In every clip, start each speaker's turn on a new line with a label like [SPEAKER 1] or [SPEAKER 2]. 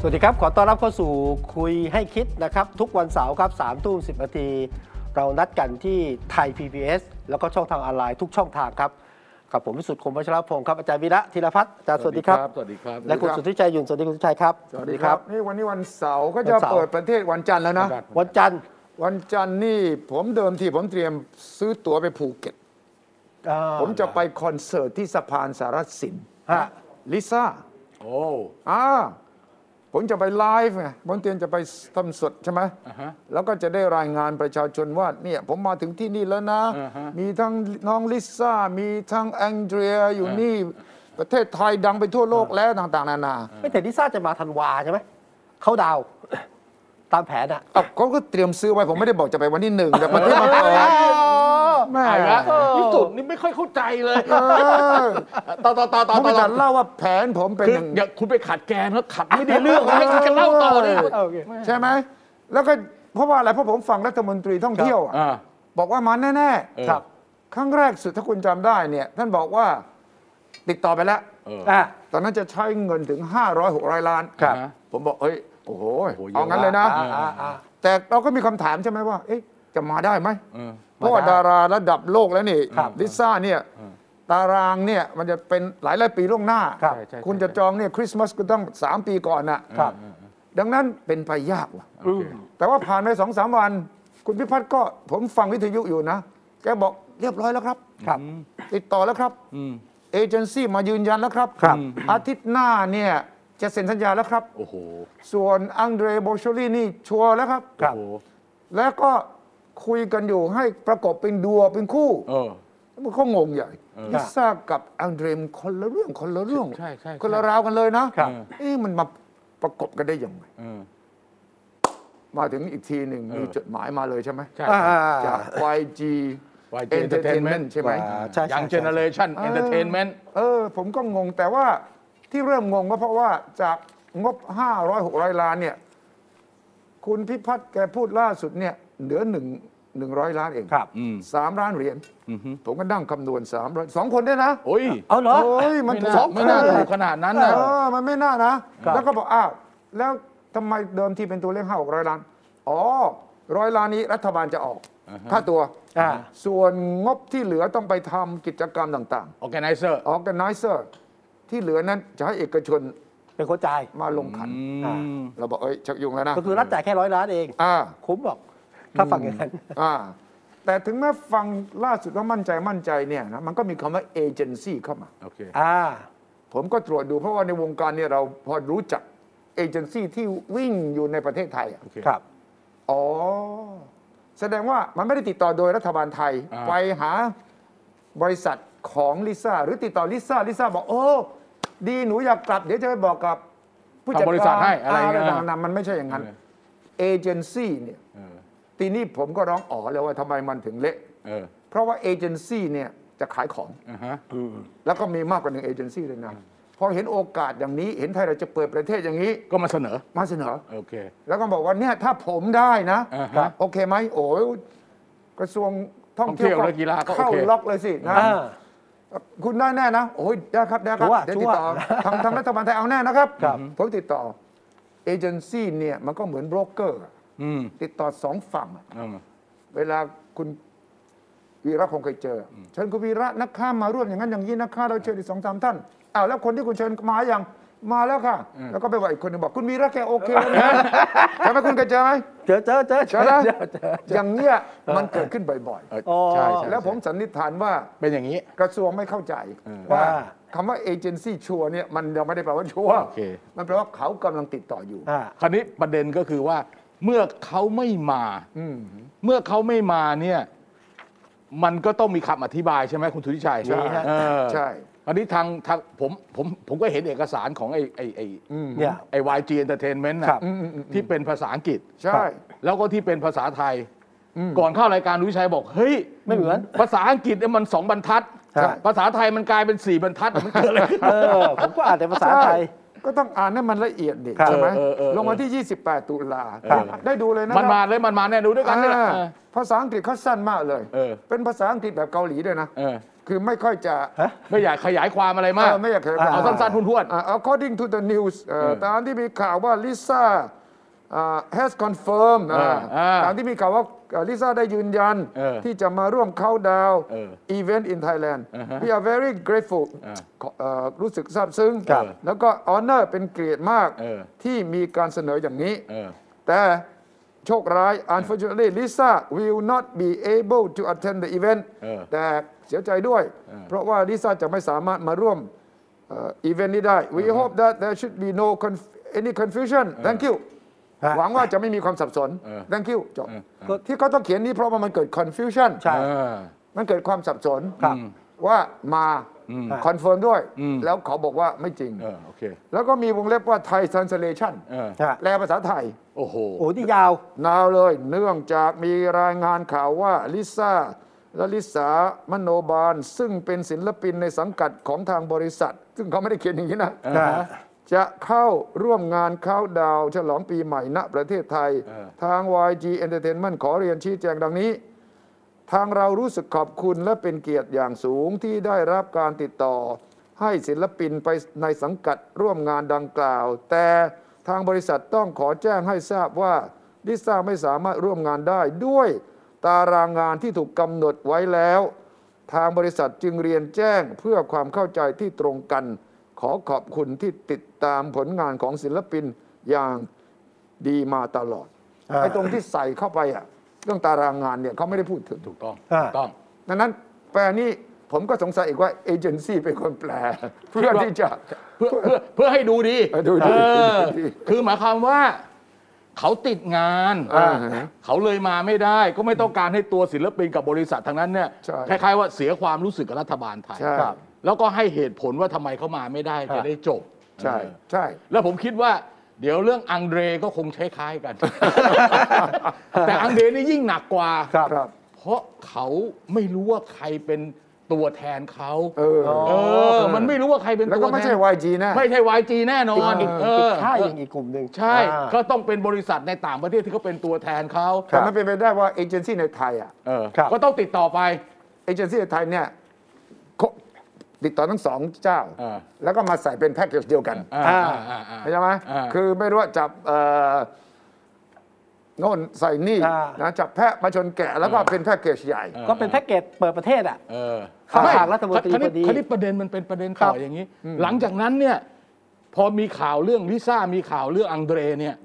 [SPEAKER 1] สวัสดีครับ ขอต้อนรับเข้าสู่คุยให้คิดนะครับ ทุกวันเสาร์ครับสามทุ่มสินาที เรานัดกันที่ไทย PBS แล้วก็ช่องทางออนไลน์ทุกช่องทางครับ กับผมวิสุทธิ์คมวัชรพงศ์ครับ อาจารย์วีระธีรพัฒน์อาจารย์สวัสดีครับ
[SPEAKER 2] สวัสดีครับ
[SPEAKER 1] และคุณสุทธิชัยหยุ่นสวัสดีคุณสุทธิชัยครับ
[SPEAKER 2] สวัสดีครับ
[SPEAKER 3] นี่วันนี้วันเสาร์ก็
[SPEAKER 1] วั
[SPEAKER 3] จะ
[SPEAKER 1] นเสาร์
[SPEAKER 3] เปิดประเทศวันจันทร์แล้วนะ
[SPEAKER 1] วันจันทร์
[SPEAKER 3] วันจันทร์นี่ผมเดิมทีผมเตรียมซื้อตั๋วไปภูเก็ต
[SPEAKER 1] เอ่อ
[SPEAKER 3] ผมจะไปคอนเสิร์ตที่สะพานสารสิน
[SPEAKER 1] ฮะ
[SPEAKER 3] ลิซ่า
[SPEAKER 2] โอ้
[SPEAKER 3] อ่าผมจะไปไลฟ์ไงผมเตรียมจะไปทำสดใช่ไหม
[SPEAKER 2] อ่าฮะ
[SPEAKER 3] แล้วก็จะได้รายงานประชาชนว่าเนี่ยผมมาถึงที่นี่แล้วนะ
[SPEAKER 2] อ่าฮะ
[SPEAKER 3] มีทั้งน้องลิซ่า มีทั้งแองเดรียอยู่นี่ ประเทศไทยดังไปทั่วโลกแล้วต่างๆ นานา
[SPEAKER 1] ไม่แต่ลิซ่าจะมาธันวาใช่ไหม เขาดาวน์ ตามแผนอะ
[SPEAKER 3] อ่ะเขาก็เตรียมซื้อไว้ผมไม่ได้บอกจะไปวันที่หนึ่งแต่ประเทศมันเปิด แม่
[SPEAKER 2] ตายละพี่สุดนี่ไม่ค่อยเข้าใจเลยต่อต่อต่อต่อ
[SPEAKER 3] ผม
[SPEAKER 2] ต่
[SPEAKER 3] ไม่
[SPEAKER 2] อ
[SPEAKER 3] จะเล่าว่าแผนผมเป็น
[SPEAKER 2] คือ
[SPEAKER 3] อย่าง
[SPEAKER 2] อย่าคุณไปขัดแกนแล้วขัดไม่ได้เรื่องไม่คิดจะเล่าต่อเลย
[SPEAKER 1] เออโอเค
[SPEAKER 3] ใช่ไหม แล้วก็เพราะว่าอะไรเพราะผมฟังรัฐมนตรีท่องเที่ยวอะ
[SPEAKER 2] อ่า
[SPEAKER 3] บอกว่ามาแน่
[SPEAKER 2] เออ
[SPEAKER 3] ๆครั้งแรกสุดถ้าคุณจำได้เนี่ยท่านบอกว่าติดต่อไปแล้ว
[SPEAKER 2] เออ
[SPEAKER 1] อ่ะ
[SPEAKER 3] ตอนนั้นจะใช้เงินถึง 500 600 ล้าน
[SPEAKER 2] ครับ
[SPEAKER 3] ผมบอกเฮ้ยโอ้โห
[SPEAKER 2] โอ้โหเยอะ
[SPEAKER 3] เอางั้นเลยนะ
[SPEAKER 2] อ่า
[SPEAKER 3] แต่เราก็มีคำถามใช่ไหมว่า เอ๊ะจะมาได้ไหม
[SPEAKER 2] เออ
[SPEAKER 3] เพราะว่าดาราระดับโลกแล้วนี่
[SPEAKER 1] ครับ
[SPEAKER 3] ลิซ่าเนี่ยตารางเนี่ยมันจะเป็นหลายหลายๆปีล่วงหน้า
[SPEAKER 1] ครับ
[SPEAKER 2] ใช่ใช่
[SPEAKER 3] คุณจะจองเนี่ยคริสต์มาสก็ต้อง 3 ปีก่อนนะครับ ดังนั้นเป็นไปยากว่ะ
[SPEAKER 2] โอเค
[SPEAKER 3] แต่ว่าผ่านไปสองสามวัน คุณพิพัฒน์ก็ผมฟังวิทยุอยู่นะ แกบอกเรียบร้อยแล้วครับ
[SPEAKER 1] ครับ
[SPEAKER 3] ติดต่อแล้วครับ
[SPEAKER 2] อืม
[SPEAKER 3] เอเจนซี่มายืนยันแล้วครับ
[SPEAKER 1] ครับ
[SPEAKER 3] อาทิตย์หน้าเนี่ยจะเซ็นสัญญาแล้วครับ
[SPEAKER 2] โอ้โห
[SPEAKER 3] ส่วนอังเดรโบชลีนี่ชัวร์แล้วครับ
[SPEAKER 1] ครับ
[SPEAKER 2] โอ้โห
[SPEAKER 3] แล้วก็คุยกันอยู่ให้ประกบเป็นดัวเป็นคู่
[SPEAKER 2] เออ
[SPEAKER 3] มันก็งงใหญ่ลิซ่ากับอังเดรมนคนละเรื่องคนละเรื่อง
[SPEAKER 2] ใช่ใช่ใช่
[SPEAKER 3] คนละราวกันเลยนะครับ เอ๊ะมันมาประกบกันได้ยังไง
[SPEAKER 2] เออ
[SPEAKER 3] มาถึงอีกทีหนึ่งมี
[SPEAKER 2] เออ
[SPEAKER 3] จดหมายมาเลยใช่ไหม
[SPEAKER 2] ใช่
[SPEAKER 1] อ่า
[SPEAKER 3] จาก YG
[SPEAKER 2] YG
[SPEAKER 3] Entertainment ใช่ไหม
[SPEAKER 1] อ่าใช่ใช่
[SPEAKER 2] ยัง
[SPEAKER 1] ใช่
[SPEAKER 2] เจเนอเรชั่นเอนเตอร์เทนเมนต์
[SPEAKER 3] เออ ผมก็งงแต่ว่าที่เริ่มงงก็เพราะว่าจากงบ 500 600 ล้านเนี่ย คุณพิพัฒน์แกพูดล่าสุดเนี่ย เหลือหนึ่งหนึ่งร้อยล้านเอง
[SPEAKER 1] ครับ
[SPEAKER 2] อืม
[SPEAKER 3] สามล้านเหรียญผมก็นั่งคำนวณสามร้อยสองคนด้วยนะ
[SPEAKER 2] โอ้ย
[SPEAKER 1] เอาเหรอ
[SPEAKER 3] โอ้ย มัน
[SPEAKER 2] ไม่น่า
[SPEAKER 3] สองค
[SPEAKER 2] ไม่
[SPEAKER 3] น
[SPEAKER 2] น่า
[SPEAKER 3] เลย
[SPEAKER 2] ถูกขนาดนั้นนะ
[SPEAKER 3] เออมันไม่น่านะ
[SPEAKER 1] ครับ
[SPEAKER 3] แล้วก็บอกอ้าวแล้วทำไมเดิมทีเป็นตัวเลขห้าหกร้อยล้าน อ๋อร้อยล้านนี้รัฐบาลจะออกค่าตัว
[SPEAKER 1] อ่า
[SPEAKER 3] ส่วนงบที่เหลือต้องไปทำกิจกรรมต่าง
[SPEAKER 2] ออแกไนเซอร์
[SPEAKER 3] ๆ ออกกันไนเซอร์ที่เหลือนั้นจะให้เอกชน
[SPEAKER 1] เป็นคนจ่าย
[SPEAKER 3] มาลงขัน
[SPEAKER 1] อ่า
[SPEAKER 3] เราบอกเอ้ยชักยุงแล้วนะ
[SPEAKER 1] ก็คือรัฐจ่ายแค่ร้อยล้านเอง
[SPEAKER 3] อ่า
[SPEAKER 1] คุ้มบอก ถ้าฟังอย่างนั้น
[SPEAKER 3] อ่าแต่ถึงแม้ฟังล่าสุดว่ามั่นใจมั่นใจเนี่ยนะมันก็มีคำว่าเอเจนซี่เข้ามา
[SPEAKER 2] โอเค
[SPEAKER 1] อ่า
[SPEAKER 3] ผมก็ตรวจดูเพราะว่าในวงการเนี่ยเราพอรู้จักเอเจนซี่ที่วิ่งอยู่ในประเทศไทยอะ
[SPEAKER 2] โอเค
[SPEAKER 1] ครับ
[SPEAKER 3] อ๋อ แสดงว่ามันไม่ได้ติดต่อโดยรัฐบาลไทย
[SPEAKER 2] อ่า
[SPEAKER 3] ไปหาบริษัทของลิซ่าหรือติดต่อลิซ่าลิซ่าบอก โอ้ ดีหนูอยากกลับ เดี๋ยวจะไปบอกกับผู้จั
[SPEAKER 2] ทำ
[SPEAKER 3] ดการ
[SPEAKER 2] บริษัทให้อะไรอย่างเงี้ย
[SPEAKER 3] ต่างๆมันไม่ใช่อย่างนั้นเอเจนซี่เนี่ย
[SPEAKER 2] เออ
[SPEAKER 3] ทีนี้ผมก็ร้องอ๋อแล้วว่าทำไมมันถึงเละ
[SPEAKER 2] เออ
[SPEAKER 3] เพราะว่าเอเจนซี่เนี่ยจะขายของ
[SPEAKER 2] อ่าฮะ
[SPEAKER 3] แล้วก็มีมากกว่าหนึ่งเอเจนซี่เลยนะ พอเห็นโอกาสอย่างนี้ เห็นไทยเราจะเปิดประเทศอย่างนี้
[SPEAKER 2] ก็มาเสนอ
[SPEAKER 3] มาเสนอ
[SPEAKER 2] โอเค
[SPEAKER 3] แล้วก็บอกว่าเนี่ยถ้าผมได้นะ
[SPEAKER 2] อ่าฮะ
[SPEAKER 3] ครับโอเคไหมโอ้ยกระทรวงท่องเที่ยว
[SPEAKER 2] ท่องเที่ยวและกีฬาก็โอเค
[SPEAKER 3] เข้าล็อกเลยสินะ
[SPEAKER 1] อ่า
[SPEAKER 3] คุณได้แน่นะ โอ้ยได้ครับได้ครั
[SPEAKER 1] ชัวร์
[SPEAKER 3] เดี๋ยวติดต่อ
[SPEAKER 1] ชัวร์
[SPEAKER 3] ทางทางรัฐบาลไทยเอาแน่นะครับ
[SPEAKER 1] ครับ
[SPEAKER 3] ผมติดต่อเอเจนซี่เนี่ยมันก็เหมือนโบรกเกอร์อะ
[SPEAKER 2] อืม
[SPEAKER 3] ติดต่อสองฝั่งอะ
[SPEAKER 2] อืม
[SPEAKER 3] เวลาคุณวีระคงเคยเจออเชิญคุณวีระนักข่ามาร่วมอย่างนั้นอย่างนี้นักข่าเราเชิญอีกสองสามท่านอ้าวแล้วคนที่คุณเชิญมาอย่างมาแล้วค่ะ แล้วก็ไปบอกอีกคนหนึงบอกคุณวีระแกโอเค แล้วนะใช่ไหมคุณเคยเจอไหม
[SPEAKER 1] เจอเจอเจอเจ
[SPEAKER 3] ใช่
[SPEAKER 1] อ
[SPEAKER 3] ไหม
[SPEAKER 1] เจอเจอ
[SPEAKER 3] อย่างเนี้ยมันเกิดขึ้นบ่อย
[SPEAKER 2] เออ
[SPEAKER 1] อ๋อ
[SPEAKER 2] ใช่ใช่
[SPEAKER 3] ๆ แล้วผมสันนิษฐานว่า
[SPEAKER 2] เป็นอย่างนี้
[SPEAKER 3] กระทรวงไม่เข้าใจว่า
[SPEAKER 1] ว่า
[SPEAKER 3] คำว่าเอเจนซี่ชัวร์เนี่ยมันยังไม่ได้แปลว่าชัวร์
[SPEAKER 2] โอเค
[SPEAKER 3] มันแปลว่าเขากำลังติดต่ออยู่
[SPEAKER 1] อ่า
[SPEAKER 2] คราวนี้ประเด็นก็คือว่าเมื่อเขาไม่มา เมื่อเขาไม่มาเนี่ย มันก็ต้องมีคำอธิบายใช่ไหมคุณธุริชัย
[SPEAKER 3] ใช่ฮะ
[SPEAKER 2] เออ
[SPEAKER 3] ใช่
[SPEAKER 2] อันนี้ทางทางผมผมผมก็เห็นเอกสารของไอ้ไอ้ไอ้
[SPEAKER 1] เนี่ย
[SPEAKER 2] ไอ้ YG Entertainment นะครับ ที่เป็นภาษาอังกฤษ
[SPEAKER 3] ใช่
[SPEAKER 2] แล้วก็ที่เป็นภาษาไทย ก่อนเข้ารายการวิชัยบอก เฮ้ย
[SPEAKER 1] ไม่เหมือน
[SPEAKER 2] ภาษาอังกฤษเนี่ยมันสองบรรทัด
[SPEAKER 1] ใช่
[SPEAKER 2] ภาษาไทยมันกลายเป็นสี่บรรทัดมันเกิดอะไรขึ้น
[SPEAKER 1] เออผมก็อ่านแต่ภาษาไทย
[SPEAKER 3] ใช่ก็ต้องอ่านให้มันละเอียดดิ
[SPEAKER 1] ครับ
[SPEAKER 3] ใช่ไหม
[SPEAKER 2] เออเออเออ
[SPEAKER 3] ลงวันที่ 28 ตุลา
[SPEAKER 1] ครับ
[SPEAKER 3] ได้ดูเลยนะ
[SPEAKER 2] มันมาเลยมันมาแน่ดูด้วยกันนี่แหละ
[SPEAKER 3] อ่า
[SPEAKER 2] เออ
[SPEAKER 3] ภาษาอังกฤษเขาสั้นมากเลย
[SPEAKER 2] เออ
[SPEAKER 3] เป็นภาษาอังกฤษแบบเกาหลีด้วยนะ
[SPEAKER 2] เออ
[SPEAKER 3] คือไม่ค่อยจะ
[SPEAKER 1] ฮะ
[SPEAKER 2] ไม่อยากขยายความอะไรมาก
[SPEAKER 3] เออไม่อยากเคย
[SPEAKER 2] เอาสั้นๆทุ่น
[SPEAKER 3] อ่า according to the news เอ่อ
[SPEAKER 2] เออ
[SPEAKER 3] ตามที่มีข่าวว่าลิซ่า has confirmed อ่า
[SPEAKER 2] เอออ่า
[SPEAKER 3] ตามที่มีข่าวว่าลิซ่าได้ยืนยัน
[SPEAKER 2] เออ
[SPEAKER 3] ที่จะมาร่วมเข้าดาว
[SPEAKER 2] เออ
[SPEAKER 3] เวนต์ in Thailand
[SPEAKER 2] อ่าฮะ
[SPEAKER 3] we are very grateful
[SPEAKER 2] เออ
[SPEAKER 3] ขอเอ่อรู้สึกซาบซึ้ง
[SPEAKER 1] ครับ
[SPEAKER 3] แล้วก็ออเนอร์เป็นเกียรติมาก
[SPEAKER 2] เออ
[SPEAKER 3] ที่มีการเสนออย่างนี้
[SPEAKER 2] เออ
[SPEAKER 3] แต่โชคร้าย unfortunately Lisa will not be able to attend the event
[SPEAKER 2] เออ
[SPEAKER 3] แต่เสียใจด้วย เพราะว่าลิซ่าจะไม่สามารถมาร่วมเอ่อีเวนต์นี้ได้ we hope that there should be no conf- any confusion thank you
[SPEAKER 1] ฮะ
[SPEAKER 3] หวังว่าจะไม่มีความสับสน
[SPEAKER 2] เออ
[SPEAKER 3] thank you จบ
[SPEAKER 2] เออ
[SPEAKER 3] ที่เขาต้องเขียนนี้เพราะว่ามันเกิด confusion
[SPEAKER 1] ใช่
[SPEAKER 2] เออ
[SPEAKER 3] มันเกิดความสับสน
[SPEAKER 1] ครับ
[SPEAKER 3] ว่ามาคอนเฟิร์มด้วย
[SPEAKER 2] อืม
[SPEAKER 3] แล้วเขาบอกว่าไม่จริง
[SPEAKER 2] เออ โอเค
[SPEAKER 3] แล้วก็มีวงเล็บว่าไทย translation
[SPEAKER 2] เออ
[SPEAKER 1] ฮะ
[SPEAKER 3] แปลภาษาไทย
[SPEAKER 2] โอ้โห
[SPEAKER 1] โอ้นี่ยาว
[SPEAKER 3] นาวเลยเนื่องจากมีรายงานข่าวว่าลิซ่าและลิสามโนบาล ซึ่งเป็นศิลปินในสังกัดของทางบริษัท ซึ่งเขาไม่ได้เขียนอย่างนี้นะ
[SPEAKER 2] อ่าฮะ
[SPEAKER 3] จะเข้าร่วมงานเข้าดาวน์ฉลองปีใหม่ณประเทศไทย
[SPEAKER 2] เออ
[SPEAKER 3] ทาง YG Entertainment ขอเรียนชี้แจงดังนี้ ทางเรารู้สึกขอบคุณและเป็นเกียรติอย่างสูงที่ได้รับการติดต่อ ให้ศิลปินไปในสังกัดร่วมงานดังกล่าว แต่ทางบริษัทต้องขอแจ้งให้ทราบว่าลิซ่าไม่สามารถร่วมงานได้ด้วยตารางงานที่ถูกกำหนดไว้แล้ว ทางบริษัทจึงเรียนแจ้งเพื่อความเข้าใจที่ตรงกัน ขอขอบคุณที่ติดตามผลงานของศิลปินอย่างดีมาตลอด
[SPEAKER 1] อ่า
[SPEAKER 3] ไอ้ตรงที่ใส่เข้าไปอะเรื่องตารางงานเนี่ยเขาไม่ได้พูดถึง
[SPEAKER 2] ถูกต้อง
[SPEAKER 1] อ่า
[SPEAKER 2] ถูกต้อง
[SPEAKER 3] ดังนั้นแปลนี้ผมก็สงสัยอีกว่าเอเจนซี่เป็นคนแปล เพื่อที่จะ
[SPEAKER 2] เพื่อเพื่อเพื่อให้ดูดี
[SPEAKER 3] เออดูดี
[SPEAKER 2] เออ
[SPEAKER 3] ดูดี
[SPEAKER 2] คือหมายความว่า เขาติดงาน
[SPEAKER 3] อ่าฮะ
[SPEAKER 2] เขาเลยมาไม่ได้ ก็ไม่ต้องการให้ตัวศิลปินกับบริษัททางนั้นเนี่ย
[SPEAKER 3] ใช่
[SPEAKER 2] คล้ายๆว่าเสียความรู้สึกกับรัฐบาลไทย
[SPEAKER 3] ใช่
[SPEAKER 2] ครับแล้วก็ให้เหตุผลว่าทำไมเขามาไม่ได้จะได้จบ
[SPEAKER 3] ใช่
[SPEAKER 2] เออ
[SPEAKER 3] ใช่
[SPEAKER 2] แล้วผมคิดว่า เดี๋ยวเรื่องอังเดรก็คงคล้ายๆกัน แต่อังเดรนี่ยิ่งหนักกว่า
[SPEAKER 1] ครับ
[SPEAKER 3] ครับ
[SPEAKER 2] เพราะเขาไม่รู้ว่าใครเป็นตัวแทนเขา
[SPEAKER 3] เออ
[SPEAKER 2] เออ มันไม่รู้ว่าใครเป็น
[SPEAKER 3] แล้ว
[SPEAKER 2] ตัว
[SPEAKER 3] ก็
[SPEAKER 2] แทน
[SPEAKER 3] ไม่ใช่ YG นะ
[SPEAKER 2] ไม่ใช่ YG แน่นอน
[SPEAKER 1] อีก
[SPEAKER 2] เอ
[SPEAKER 1] อี
[SPEAKER 2] อก
[SPEAKER 1] ค่ายหนึ่งอีกกลุ่มหนึ่ง
[SPEAKER 2] ใช่
[SPEAKER 1] อ่า
[SPEAKER 2] ก็ต้องเป็นบริษัทในต่างประเทศที่เขาเป็นตัวแทนเขา
[SPEAKER 3] แต่มันเป็นไปได้ว่าเอเจนซี่ในไทยอ่ะ
[SPEAKER 2] เออ
[SPEAKER 1] ครับ
[SPEAKER 2] ก็ต้องติดต่อไป
[SPEAKER 3] เอเจนซี่ในไทยเนี่ยเขาติดต่อทั้งสองเจ้า
[SPEAKER 2] เออ
[SPEAKER 3] แล้วก็มาใส่เป็นแพ็กเกจเดียวกัน
[SPEAKER 2] อ่าอ่าอ่าอ่า
[SPEAKER 3] เข้าใจไหม
[SPEAKER 2] อ่า
[SPEAKER 3] คือไม่รู้ว่าจับเอ่อโน่นใส่นี่
[SPEAKER 1] อ่าน
[SPEAKER 3] นะจับแพะมาชนแกะแล้วก็เป็นแพ็กเกจใหญ่
[SPEAKER 1] ก็เป็นแพ็กเกจเปิดประเทศอ่ะ
[SPEAKER 2] เออ
[SPEAKER 1] เข้าทางรัฐมนตรี
[SPEAKER 2] คาว
[SPEAKER 1] พอดี
[SPEAKER 2] คราวนี้ประเด็นมันเป็นประเด็นต่
[SPEAKER 1] ค
[SPEAKER 2] อ
[SPEAKER 1] รับ
[SPEAKER 2] อย่างนี้ หลังจากนั้นเนี่ยพอมีข่าวเรื่องลิซ่ามีข่าวเรื่องอังเดรเนี่ย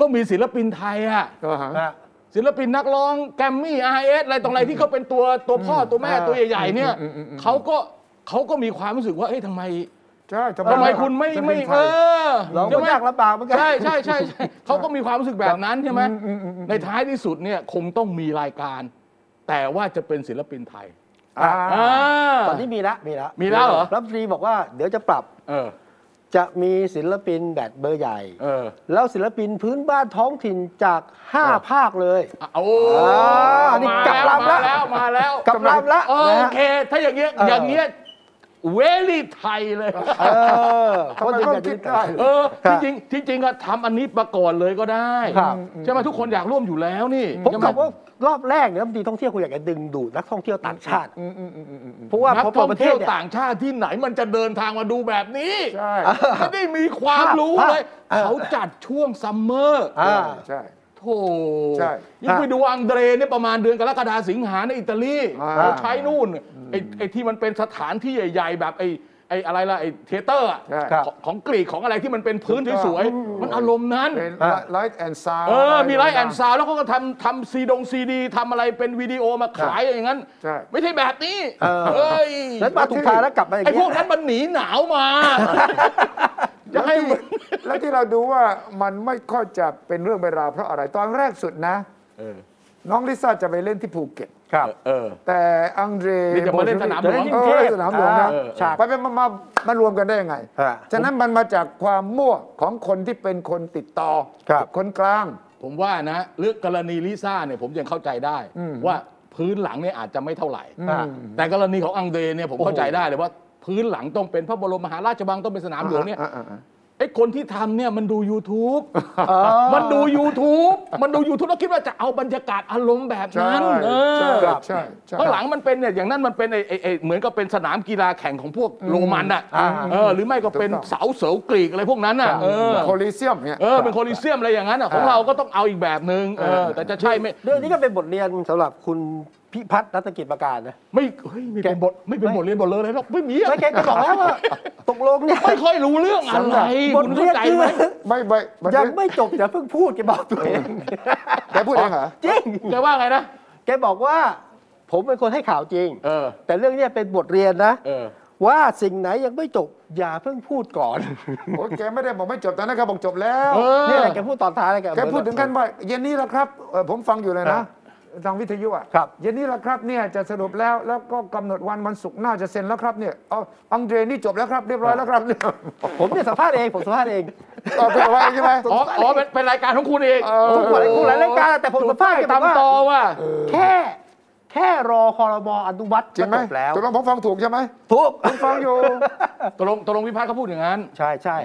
[SPEAKER 2] ก็มีศิลปินไทยอ่ะ
[SPEAKER 1] อ่า
[SPEAKER 2] ศิลปินนักร้องแกรมมี่ไอเอสอะไรตรงไหนที่เขาเป็นตัวตัวพ่อตัวแม่
[SPEAKER 1] อ่า
[SPEAKER 2] ตัวใหญ่ๆเนี่ยเขาก็เขาก็มีความรู้สึกว่าเอ้ยทำไม
[SPEAKER 3] ใช่
[SPEAKER 2] ทำไมคุณไม่
[SPEAKER 3] ทำ
[SPEAKER 2] ไม่
[SPEAKER 3] ท
[SPEAKER 2] เออ
[SPEAKER 1] เรา
[SPEAKER 2] ใช่
[SPEAKER 1] ก็
[SPEAKER 2] ไหม
[SPEAKER 1] ยากลำบากเหมือนกัน
[SPEAKER 2] ใช่ใช่ใช่ ใช่ เขาก็มีความรู้สึกแบบนั้นใช่ไหมในท้ายที่สุดเนี่ยคงต้องมีรายการ แต่ว่าจะเป็นศิลปินไทย
[SPEAKER 3] อ่า
[SPEAKER 2] อ่า
[SPEAKER 1] ตอนนี้มีละมีละ
[SPEAKER 2] มีแล้วเหรอ
[SPEAKER 1] รัฐมนตรีบอกว่าเดี๋ยวจะปรับ
[SPEAKER 2] เออ
[SPEAKER 1] จะมีศิลปินแบบเบอร์ใหญ่
[SPEAKER 2] เออ
[SPEAKER 1] แล้วศิลปินพื้นบ้านท้องถิ่นจาก 5 ภาคเลย
[SPEAKER 2] อ่ะโอ้
[SPEAKER 1] อ่านี่
[SPEAKER 2] มาก
[SPEAKER 1] ลับ
[SPEAKER 2] แล้ว
[SPEAKER 1] ลำละ
[SPEAKER 2] มาแล้วมาแล้ว
[SPEAKER 1] กำลังละ
[SPEAKER 2] เออ
[SPEAKER 1] นะ
[SPEAKER 2] โอ
[SPEAKER 1] ฮะ
[SPEAKER 2] เค ถ้าอย่างเงี้ย
[SPEAKER 1] เออ
[SPEAKER 2] อ
[SPEAKER 1] อ
[SPEAKER 2] ย่างเงี้ยเวลี่ไทยเลย
[SPEAKER 1] เออ
[SPEAKER 3] ทำไม
[SPEAKER 1] ยังอ
[SPEAKER 3] ก็
[SPEAKER 1] ยาก
[SPEAKER 3] คิด
[SPEAKER 1] จะ
[SPEAKER 3] ได้
[SPEAKER 2] เออ
[SPEAKER 1] ครั
[SPEAKER 2] จ
[SPEAKER 1] บ
[SPEAKER 2] ริงๆจริงๆก็ทำอันนี้มาก่อนเลยก็ได้
[SPEAKER 1] ครับ
[SPEAKER 2] ใช่ไหมทุกคนอยากร่วมอยู่แล้วนี่
[SPEAKER 1] ผม
[SPEAKER 2] ใช่ไห
[SPEAKER 1] บอกว่ารอบแรกเนี่ยรัฐมนตรีท่องเที่ยวคุณอยากจะดึงดูดนักท่องเที่ยวต่างชาติเพราะว่า
[SPEAKER 2] นัก
[SPEAKER 1] พอ
[SPEAKER 2] ท่
[SPEAKER 1] เปิด
[SPEAKER 2] อง
[SPEAKER 1] ประเท
[SPEAKER 2] เที่ย
[SPEAKER 1] ศ
[SPEAKER 2] ว
[SPEAKER 1] เนี่ย
[SPEAKER 2] ต่างชาติที่ไหนมันจะเดินทางมาดูแบบนี้
[SPEAKER 3] ใช่
[SPEAKER 2] ไม่ได้มีความรู้
[SPEAKER 1] ภาพ
[SPEAKER 2] เลย
[SPEAKER 1] ภาพ
[SPEAKER 2] เขาจัดช่วงซัมเมอร์
[SPEAKER 1] อ่า
[SPEAKER 3] ใช่
[SPEAKER 2] โถ่
[SPEAKER 3] ใช่
[SPEAKER 2] ยิ่งไปดูอังเดรเนี่ยประมาณเดือนกรกฎาสิงหาในอิตาลี
[SPEAKER 3] อ่า
[SPEAKER 2] เขาใช้นู่นไอ้ไอ้ที่มันเป็นสถานที่ใหญ่ ๆ แบบไอ้ไอ้อะไรล่ะไอ้เทเตอร์อะ
[SPEAKER 3] ใช่
[SPEAKER 1] ครับ
[SPEAKER 2] ของของกรีกของอะไรที่มันเป็นพื้นสวยๆมันอารมณ์นั้น
[SPEAKER 3] เป็นไลท์แอนด์ซาว
[SPEAKER 2] เออ มีไลท์แอนด์ซาวแล้วเขาก็ทำทำซีดงซีดีทำอะไรเป็นวิดีโอมาขายอย่างนั้น
[SPEAKER 3] ใช่
[SPEAKER 2] ไม่ใช่แบบนี้
[SPEAKER 1] เออ
[SPEAKER 2] เอ้ย
[SPEAKER 1] แล้วมาถูกทางแล้วกลับมาอย่าง
[SPEAKER 2] ไอ้พ
[SPEAKER 1] เงี้
[SPEAKER 2] วกนั้
[SPEAKER 1] ย
[SPEAKER 2] นมันหนีหนาวมา จะ
[SPEAKER 3] แล้ว
[SPEAKER 2] ให้
[SPEAKER 3] ที่แล้วที่เราดูว่ามันไม่ค่อยจะเป็นเรื่องเป็นราวเพราะอะไร ตอนแรกสุดนะ น้องลิซ่าจะไปเล่นที่ภูเก็ต
[SPEAKER 1] ครับ
[SPEAKER 2] เออ
[SPEAKER 3] แต่อังเดร
[SPEAKER 2] นี่จะมาเล่นสนามหลวง
[SPEAKER 3] เออเล่นสนามหลวงนะ
[SPEAKER 1] เออเออ
[SPEAKER 3] ฉากไปไปมามามารวมกันได้ยังไง
[SPEAKER 1] ฮะ
[SPEAKER 3] ฉะนั้นมันมาจากความมั่วของคนที่เป็นคนติดต่อ
[SPEAKER 1] ครับ
[SPEAKER 3] คนกลาง
[SPEAKER 2] ผมว่านะเรื่องกรณีลิซ่าเนี่ยผมยังเข้าใจได้ ว่าพื้นหลังเนี่ยอาจจะไม่เท่าไหร่
[SPEAKER 1] อ่า
[SPEAKER 2] แต่กรณีของอังเดรเนี่ยผมเข้าใจได้เลยว่า พื้นหลังต้องเป็นพระบรมมหาราชวังต้องเป็นสนามหลวงเนี่ย
[SPEAKER 3] อ่าอ่าอ่า
[SPEAKER 2] ไอ้คนที่ทำเนี่ยมันดู YouTube มันดู YouTube มันดู YouTube แล้วคิดว่าจะเอาบรรยากาศอารมณ์แบบ
[SPEAKER 3] ใช่
[SPEAKER 2] นั้นเอ
[SPEAKER 3] ใช่
[SPEAKER 2] อ
[SPEAKER 3] ใช่ใช่
[SPEAKER 2] ข้างหลังมันเป็นเนี่ยอย่างนั้นมันเป็นไอ้ไอ้ไอ้เหมือนกับเป็นสนามกีฬาแข่งของพวกโรมันอ่ะ
[SPEAKER 3] อ่า
[SPEAKER 2] เออหรือไม่ก็เป็น
[SPEAKER 3] ถูกต้อง
[SPEAKER 2] เสาเสากรีกอะไรพวกนั้นอ่ะเออ
[SPEAKER 3] โคลิเซียมเนี่ย
[SPEAKER 2] เออเป็นโคลิเซียมอะไรอย่างนั้นอ่ะของเราก็ต้องเอาอีกแบบหนึ่งเออแต่จะใช่ไม่
[SPEAKER 1] เรื่องนี้ก็เป็นบทเรียนสำหรับคุณพิพัฒน์รัตนกิจประการนะ
[SPEAKER 2] ไม่เฮ้ยไม่เป็นบทไม่เป็นบทเรียนบทเลยเลยหรอกไม่มีอะ
[SPEAKER 1] แล้วแกก็บอกแล้วว่าตกลงเนี่ย
[SPEAKER 2] ไม่ค่อยรู้เรื่องอะไร
[SPEAKER 1] บท
[SPEAKER 2] คุณ
[SPEAKER 1] เรีย
[SPEAKER 2] เข้าน ใจ
[SPEAKER 1] คือ
[SPEAKER 2] ไหม
[SPEAKER 3] ไม่ไม่ไม่
[SPEAKER 1] ยังไม่จบอย่าเพิ่งพูดแกบอกตัวเอง
[SPEAKER 3] แกพูดเองเหรอ
[SPEAKER 1] จริง
[SPEAKER 2] แกว่าไงนะ
[SPEAKER 1] แกบอกว่า ผมเป็นคนให้ข่าวจริง
[SPEAKER 2] เออ
[SPEAKER 1] แต่เรื่องเนี้ยเป็นบทเรียนนะ
[SPEAKER 2] เออ
[SPEAKER 1] ว่าสิ่งไหนยังไม่จบ อย่าเพิ่งพูดก่อน
[SPEAKER 3] โอ้ยแกไม่ได้บอกไม่จบแต่นะแกบอกจบแล้ว
[SPEAKER 2] เออ
[SPEAKER 1] นี่แหละแกพูดตอนท้ายนะแก
[SPEAKER 3] แกพูดถึงขั้นว่าเย็นนี้แล้วครับเอ่อผมฟังอยู่เลย
[SPEAKER 1] ครั
[SPEAKER 3] นะ
[SPEAKER 1] บ
[SPEAKER 3] ทางวิทยุอ่ะ
[SPEAKER 1] ครับ
[SPEAKER 3] เย็นนี้แล้วครับเนี่ยจะสรุปแล้วแล้วก็กำหนดวันวันศุกร์หน้าจะเซ็นแล้วครับเนี่ยเอาอังเดรนี่จบแล้วครับเรียบร้อย
[SPEAKER 1] ครับ
[SPEAKER 3] แล้วครับเนี่ย
[SPEAKER 1] ผมเนี่ยสัมภาษณ์เองผมสัมภาษณ์เอง
[SPEAKER 3] ตอบไปไว้ใช่ไหม
[SPEAKER 2] อ๋ออ๋อเป็นเป็นรายการของคุณเอง
[SPEAKER 3] เออ
[SPEAKER 1] ทุกคนทุกหลายรายการแต่ผมสัมภาษณ์แกบอก
[SPEAKER 2] ตำตอ
[SPEAKER 1] ว่า
[SPEAKER 2] ว่า
[SPEAKER 1] แค่ แค่รอคอรมออนุมัติ
[SPEAKER 3] จริงไหม
[SPEAKER 1] ก็จบแล้ว
[SPEAKER 3] ตกลงผมฟังถูกใช่ไหม
[SPEAKER 1] ทุก
[SPEAKER 3] ผมฟังอยู่
[SPEAKER 2] ตกลงตกลงวิพากษ์เขาพูดอย่างนั้น
[SPEAKER 1] ใช่ใช่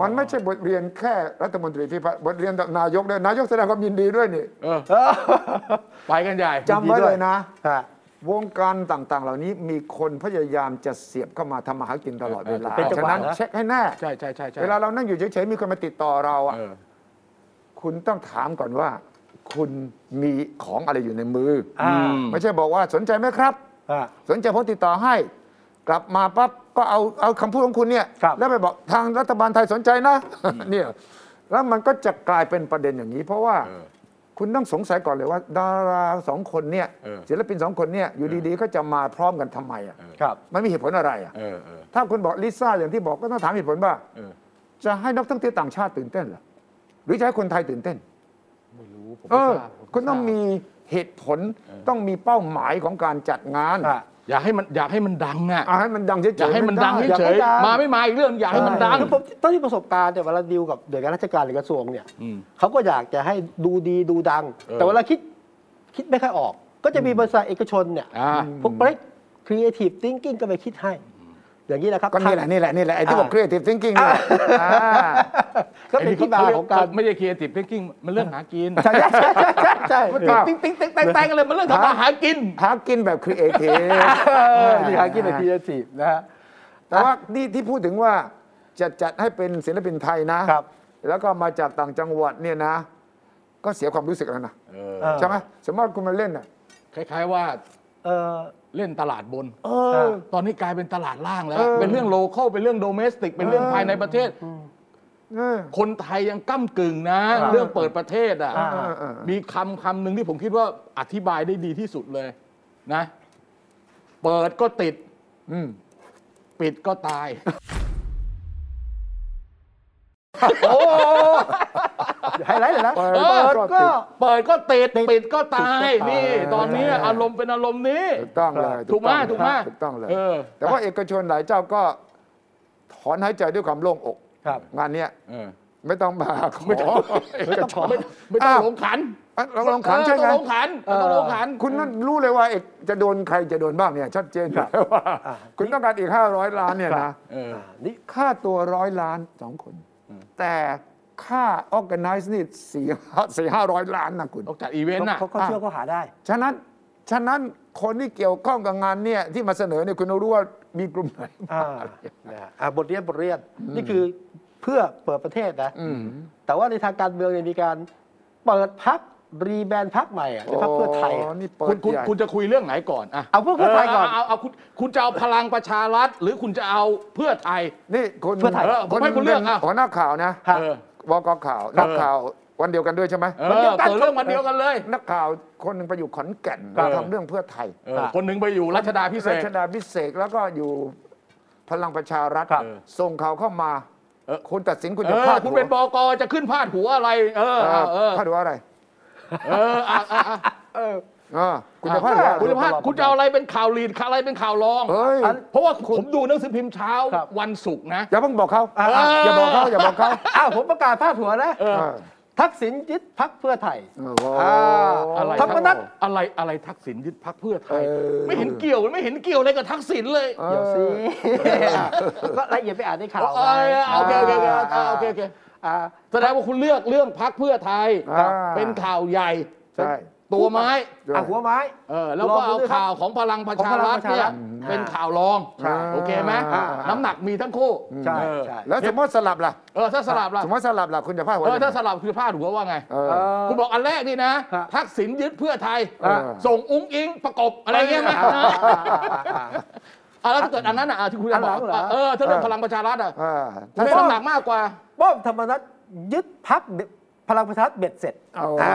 [SPEAKER 3] มันไม่ใช่บทเรียนแค่รัฐมนตรีที่พัฒน์บทเรียนแบบนายกด้วยนายกแสดงความยินดีด้วยนี่
[SPEAKER 2] เออ
[SPEAKER 1] เออ
[SPEAKER 2] ไปกันใหญ่
[SPEAKER 3] จำไว้เลยนะ
[SPEAKER 1] ฮะ
[SPEAKER 3] วงการต่างๆ เหล่านี้มีคนพยายามจะเสียบเข้ามาทำมาหากินตลอดเวลา
[SPEAKER 1] เป็นจังหวะ
[SPEAKER 3] ฉะนั้น
[SPEAKER 1] นะ
[SPEAKER 3] เช็คให้แน่
[SPEAKER 2] ใช่ใช่ใช่ใช่
[SPEAKER 3] เวลาเรานั่งอยู่เฉยๆมีคนมาติดต่อเราอ่ะ
[SPEAKER 2] เออ
[SPEAKER 3] คุณต้องถามก่อนว่า คุณมีของอะไรอยู่ในมืออ
[SPEAKER 1] อ่า
[SPEAKER 2] อืม
[SPEAKER 3] ไม่ใช่บอกว่าสนใจไหมครับ
[SPEAKER 1] ฮะ
[SPEAKER 3] สนใจผมติดต่อให้ กลับมาปั๊บก็เอาเอาคำพูดของคุณเนี่ย
[SPEAKER 1] ครับ
[SPEAKER 3] แล้วไปบอกทางรัฐบาลไทยสนใจนะ เนี่ยแล้วมันก็จะกลายเป็นประเด็นอย่างนี้ เพราะว่า
[SPEAKER 2] เออ
[SPEAKER 3] คุณต้องสงสัยก่อนเลยว่า ดาราสองคนเนี่ย
[SPEAKER 2] เออ
[SPEAKER 3] ศิลปินสองคนเนี่ยอยู่ดีๆ ก็จะมาพร้อมกันทำไมอ่ะ
[SPEAKER 1] ครับ
[SPEAKER 3] มันมีเหตุผลอะไรอ่ะ
[SPEAKER 2] เออเออ
[SPEAKER 3] ถ้าคุณบอกลิซ่าอย่างที่บอกก็ต้องถามเหตุผลว่า
[SPEAKER 2] เออ
[SPEAKER 3] จะให้นักท่องเที่ยวต่างชาติตื่นเต้นเหรอหรือจะให้คนไทยตื่นเต้น
[SPEAKER 2] ไม่รู้ผม
[SPEAKER 3] เอ
[SPEAKER 2] ไม่
[SPEAKER 3] อ
[SPEAKER 2] ทราบผมไทราบ
[SPEAKER 3] คุณต้องมีเหตุผลต้องมีเป้าหมายของการจัดงาน
[SPEAKER 1] อ่ะ
[SPEAKER 2] อยากให้มันอยากให้มันดังอ่ะ
[SPEAKER 3] อ่าให้มันดังเฉยๆ
[SPEAKER 2] อยากให้มันดัง
[SPEAKER 3] ไ
[SPEAKER 2] เฉย
[SPEAKER 1] อยากให้ดัง
[SPEAKER 2] ๆมาไม่มาอีกเรื่องอยากให้มันดัง
[SPEAKER 1] คือผมตอนที่ประสบการณ์เนี่ยเวลาดิวกับหน่วยงานราชการหรือกระทรวงเนี่ย
[SPEAKER 2] อืม
[SPEAKER 1] เขาก็อยากจะให้ดูดีดูดัง
[SPEAKER 2] เออ
[SPEAKER 1] แต่เวลาคิดคิดไม่ค่อยออก ก็จะมีบริษัทเอกชนเนี่ย
[SPEAKER 2] อ่า
[SPEAKER 1] พวกเบรกครีเอทีฟทิงกิ้งก็ไปคิดให้ อย่างนี้นะครับ
[SPEAKER 3] ก็นี่แหละนี่แหละนี่แหละไอ้ที่บอก creative thinking นี่แหละอ่า
[SPEAKER 1] ก็เป็นที่มาของการ
[SPEAKER 2] ไม่ใช่ครีเอทีฟเพกกิ้งมันเรื่องหากิน
[SPEAKER 1] ใช่ใช่ใช่ใช่ใช่ใช่
[SPEAKER 2] ติ๊งติ๊งติ๊งแตงแตงกันเลยมันเรื่องทำมาหากิน
[SPEAKER 3] หากินแบบ creative
[SPEAKER 1] เออที่หากินเป็นครีเอทีฟนะฮะ
[SPEAKER 3] แต่ว่านี่ที่พูดถึงว่าจะจัดให้เป็นศิลปินไทยนะ
[SPEAKER 1] ครับ
[SPEAKER 3] แล้วก็มาจากต่างจังหวัดเนี่ยนะ ก็เสียความรู้สึกแล้วนะ
[SPEAKER 1] เออ
[SPEAKER 3] ใช่ไหมสมมติคุณมาเล่นอ่ะ
[SPEAKER 2] คล้ายๆว่า
[SPEAKER 1] เออ
[SPEAKER 2] เล่นตลาดบน
[SPEAKER 3] เอ
[SPEAKER 1] เอ
[SPEAKER 3] อ
[SPEAKER 1] อ
[SPEAKER 2] ตอนนี้กลายเป็นตลาดล่างแล้ว
[SPEAKER 3] เออ
[SPEAKER 2] เป็นเรื่องโลเคอลเป็นเรื่องโดเมสติกเป็นเรื่องภายในประเทศ
[SPEAKER 3] เออ
[SPEAKER 2] คนไทยยังก้ากึ่งนะ เรื่องเปิดประเทศอ่ะ
[SPEAKER 1] อ่า
[SPEAKER 2] มีคำคำหนึ่งที่ผมคิดว่าอธิบายได้ดีที่สุดเลยนะ เปิดก็ติด
[SPEAKER 3] อืม
[SPEAKER 2] ปิดก็ตาย
[SPEAKER 1] ไฮไลท์เลยนะ
[SPEAKER 3] เออ
[SPEAKER 1] เปิดก็
[SPEAKER 2] เปิดก็ติด
[SPEAKER 1] ติด
[SPEAKER 2] ปิดก็ตาย
[SPEAKER 1] ติดก็ตาย
[SPEAKER 2] นี่ ตอนนี้อารมณ์เป็นอารมณ์นี้
[SPEAKER 3] ถูกต้องเลย
[SPEAKER 2] ถูกไหม
[SPEAKER 3] ต้อง
[SPEAKER 2] ถูกไหม
[SPEAKER 3] ถูกต้องเลย
[SPEAKER 2] เออ
[SPEAKER 3] แต่ว่าเอกชนหลายเจ้าก็ถอนหายใจด้วยความโล่งอก
[SPEAKER 1] ครับ
[SPEAKER 3] งานเนี้ย
[SPEAKER 2] เออ
[SPEAKER 3] ไม่ต้องมาขอไม่ต้องเอกชน
[SPEAKER 2] ไม่ไม่ต้อง
[SPEAKER 3] อ้าว
[SPEAKER 2] ลงขัน
[SPEAKER 3] อ่ะเราลองขันใช่
[SPEAKER 2] เออ
[SPEAKER 3] ไหม
[SPEAKER 2] ต้องลงขัน
[SPEAKER 1] เออ
[SPEAKER 2] ต้องลงขัน
[SPEAKER 3] คุณนั่นรู้เลยว่าเอกจะโดนใครจะโดนบ้างเนี่ยชัดเจนอยู่แล้วว่า
[SPEAKER 1] อ่ะ
[SPEAKER 3] คุณต้องการอีก 500 ล้านเนี่ยนะ
[SPEAKER 2] เออ
[SPEAKER 1] นี่
[SPEAKER 3] ค่าตัวร้อยล้านสองคน แต่ค่า organize นี่สี่ห้าสี่ห้าร้อยล้านนะคุณ
[SPEAKER 2] ต้องจัดอีเวนต์น่ะ
[SPEAKER 1] เขาเขาเชื่อเขาหาได้
[SPEAKER 3] ฉะนั้นฉะนั้นคนที่เกี่ยวข้องกับงานเนี่ยที่มาเสนอเนี่ยคุณต้องรู้ว่ามีกลุ่มไหน
[SPEAKER 1] อ่านะฮะอ่าบทเรียนบทเรียนนี่คือเพื่อเปิดประเทศนะแต่ว่าในทางการเมืองเนี่ยมีการเปิดพักรีแบรนด์พักใหม่อะในพักเพื่อไทยอะ
[SPEAKER 3] นี่เปิด
[SPEAKER 2] คุณคุณ
[SPEAKER 3] ใหญ่
[SPEAKER 2] คุณจะคุยเรื่องไหนก่อนอ่ะ
[SPEAKER 1] เอาเพื่อไทยก่อน
[SPEAKER 2] เาเาเาคุณคุณจะเอาพลังประชารัฐ หรือคุณจะเอาเพื่อไทย
[SPEAKER 3] นี่คุณ
[SPEAKER 1] เพื่อไทย
[SPEAKER 2] เออผมให้คุณเลือกอ่ะ
[SPEAKER 3] หัวหน้าข่าวนะ
[SPEAKER 1] ฮะ
[SPEAKER 2] เออ
[SPEAKER 3] บกข่าวนักข่าววันเดียวกันด้วยใช่ไหม
[SPEAKER 2] เออเปิดเรื่องวันเดียวกันเลย
[SPEAKER 3] นักข่าวคนหนึ่งไปอยู่ขอนแก่น
[SPEAKER 2] ครับ
[SPEAKER 3] ทำเรื่องเพื่อไทย
[SPEAKER 2] เออคนหนึ่งไปอยู่รัชดาพิเศ
[SPEAKER 3] รั
[SPEAKER 2] ษ
[SPEAKER 3] ชดาพิเศษกแล้วก็อยู่พลังประชารัฐ
[SPEAKER 1] ครับ
[SPEAKER 3] ส่งข่าวเข้ามา
[SPEAKER 2] เออ
[SPEAKER 3] คุณตัดสินคุณ
[SPEAKER 2] เอ
[SPEAKER 3] จะ
[SPEAKER 2] อ
[SPEAKER 3] พลาด
[SPEAKER 2] คุณ
[SPEAKER 3] หัว
[SPEAKER 2] เป็นบกจะขึ้นพาดหัวอะไร เออ
[SPEAKER 3] เออ
[SPEAKER 2] เออ
[SPEAKER 3] พลาดหัวอะไร
[SPEAKER 2] เอออ่ะอ่ะอ่ะ
[SPEAKER 3] อ่าคุณภาพแล้ว
[SPEAKER 2] คุณภาพคุณจะเอาอะไรเป็นข่าวลีดอะไรเป็นข่าวรอง
[SPEAKER 3] เฮ้ย
[SPEAKER 1] อัน
[SPEAKER 2] เพราะว่าผมดูหนังสือพิมพ์เช้า
[SPEAKER 1] ครับ
[SPEAKER 2] วันศุกร์นะ
[SPEAKER 3] อย่าเพิ่งบอกเขา
[SPEAKER 1] อ่ะอ่ะ
[SPEAKER 3] อย่าบอกเขาอย่าบอกเขา
[SPEAKER 1] อ้าวผมประกาศพาดหัวนะ
[SPEAKER 3] เออ
[SPEAKER 1] ทักษิณยึดพักเพื่อไทย
[SPEAKER 3] โอ้โห
[SPEAKER 1] อ่า
[SPEAKER 2] อะไร
[SPEAKER 1] ธรรมนัต
[SPEAKER 2] อะไรอะไรทักษิณยึดพักเพื่อไทย
[SPEAKER 3] เออ
[SPEAKER 2] ไม่เห็นเกี่ยวไม่เห็นเกี่ยวอะไรกับทักษิณเลย
[SPEAKER 1] เดี๋ยวสิก็ละเอียดไปอ่านในข่าว
[SPEAKER 2] เอาเอาเอาโอเคโอเคโอเคโอเคโอเค
[SPEAKER 1] อ่า
[SPEAKER 2] แสดงว่าคุณเลือกเรื่องพักเพื่อไทย
[SPEAKER 3] อ่า
[SPEAKER 2] เป็นข่าวใหญ่
[SPEAKER 3] ใช่
[SPEAKER 2] ตัวไม้
[SPEAKER 1] อ่ะหัวไม้
[SPEAKER 2] เออแล้วก็
[SPEAKER 1] รอผ
[SPEAKER 2] เอา
[SPEAKER 1] มด้วยครับ
[SPEAKER 2] ข่าวของพลังประชารัฐ
[SPEAKER 1] ของพลังประชา
[SPEAKER 2] เนี่
[SPEAKER 1] รั
[SPEAKER 2] ย
[SPEAKER 1] ฐ
[SPEAKER 2] เป็นข่าวรอง
[SPEAKER 1] ใช่
[SPEAKER 2] โอเคไหม
[SPEAKER 1] อ่า
[SPEAKER 2] น้ำหนักมีทั้งคู่
[SPEAKER 1] ใช่
[SPEAKER 2] เออ
[SPEAKER 1] ใช่
[SPEAKER 3] แล้วสมมติสลับล่ะ
[SPEAKER 2] เออถ้าสลับล่ะ
[SPEAKER 3] สมมติสลับล่ะคุณจะพลาดหัว
[SPEAKER 2] เออถ้าสลับคือพลาดหัวว่าไง
[SPEAKER 3] เอ
[SPEAKER 1] เอ
[SPEAKER 3] อ
[SPEAKER 1] อ
[SPEAKER 2] คุณบอกอันแรกนี่นะ
[SPEAKER 1] ฮะ
[SPEAKER 2] ทักษิณยึดเพื่อไทย
[SPEAKER 1] อ่า
[SPEAKER 2] ส่งอุ้งอิงประกบอะไรเงี้ยไหม
[SPEAKER 1] อ่าอ่าอ่า
[SPEAKER 2] อ่ะแล้วถ้าเกิดอันนั้นอ่ะอ่ะที่คุณจะบอ
[SPEAKER 1] อั
[SPEAKER 2] ก
[SPEAKER 1] นหลังเหรอ
[SPEAKER 2] เออถ้าเรื่อง
[SPEAKER 3] เออ
[SPEAKER 2] พลังประชารัฐอ่ะ
[SPEAKER 3] อ่า
[SPEAKER 2] คุณ
[SPEAKER 3] ถ้า
[SPEAKER 2] ได้
[SPEAKER 3] สลับ
[SPEAKER 2] น้ำหนักมากกว่า
[SPEAKER 1] ป้อมธรรมนัตยึดพักพลังประชารัฐเบ็ดเสร็จ
[SPEAKER 3] เอา
[SPEAKER 1] อ่า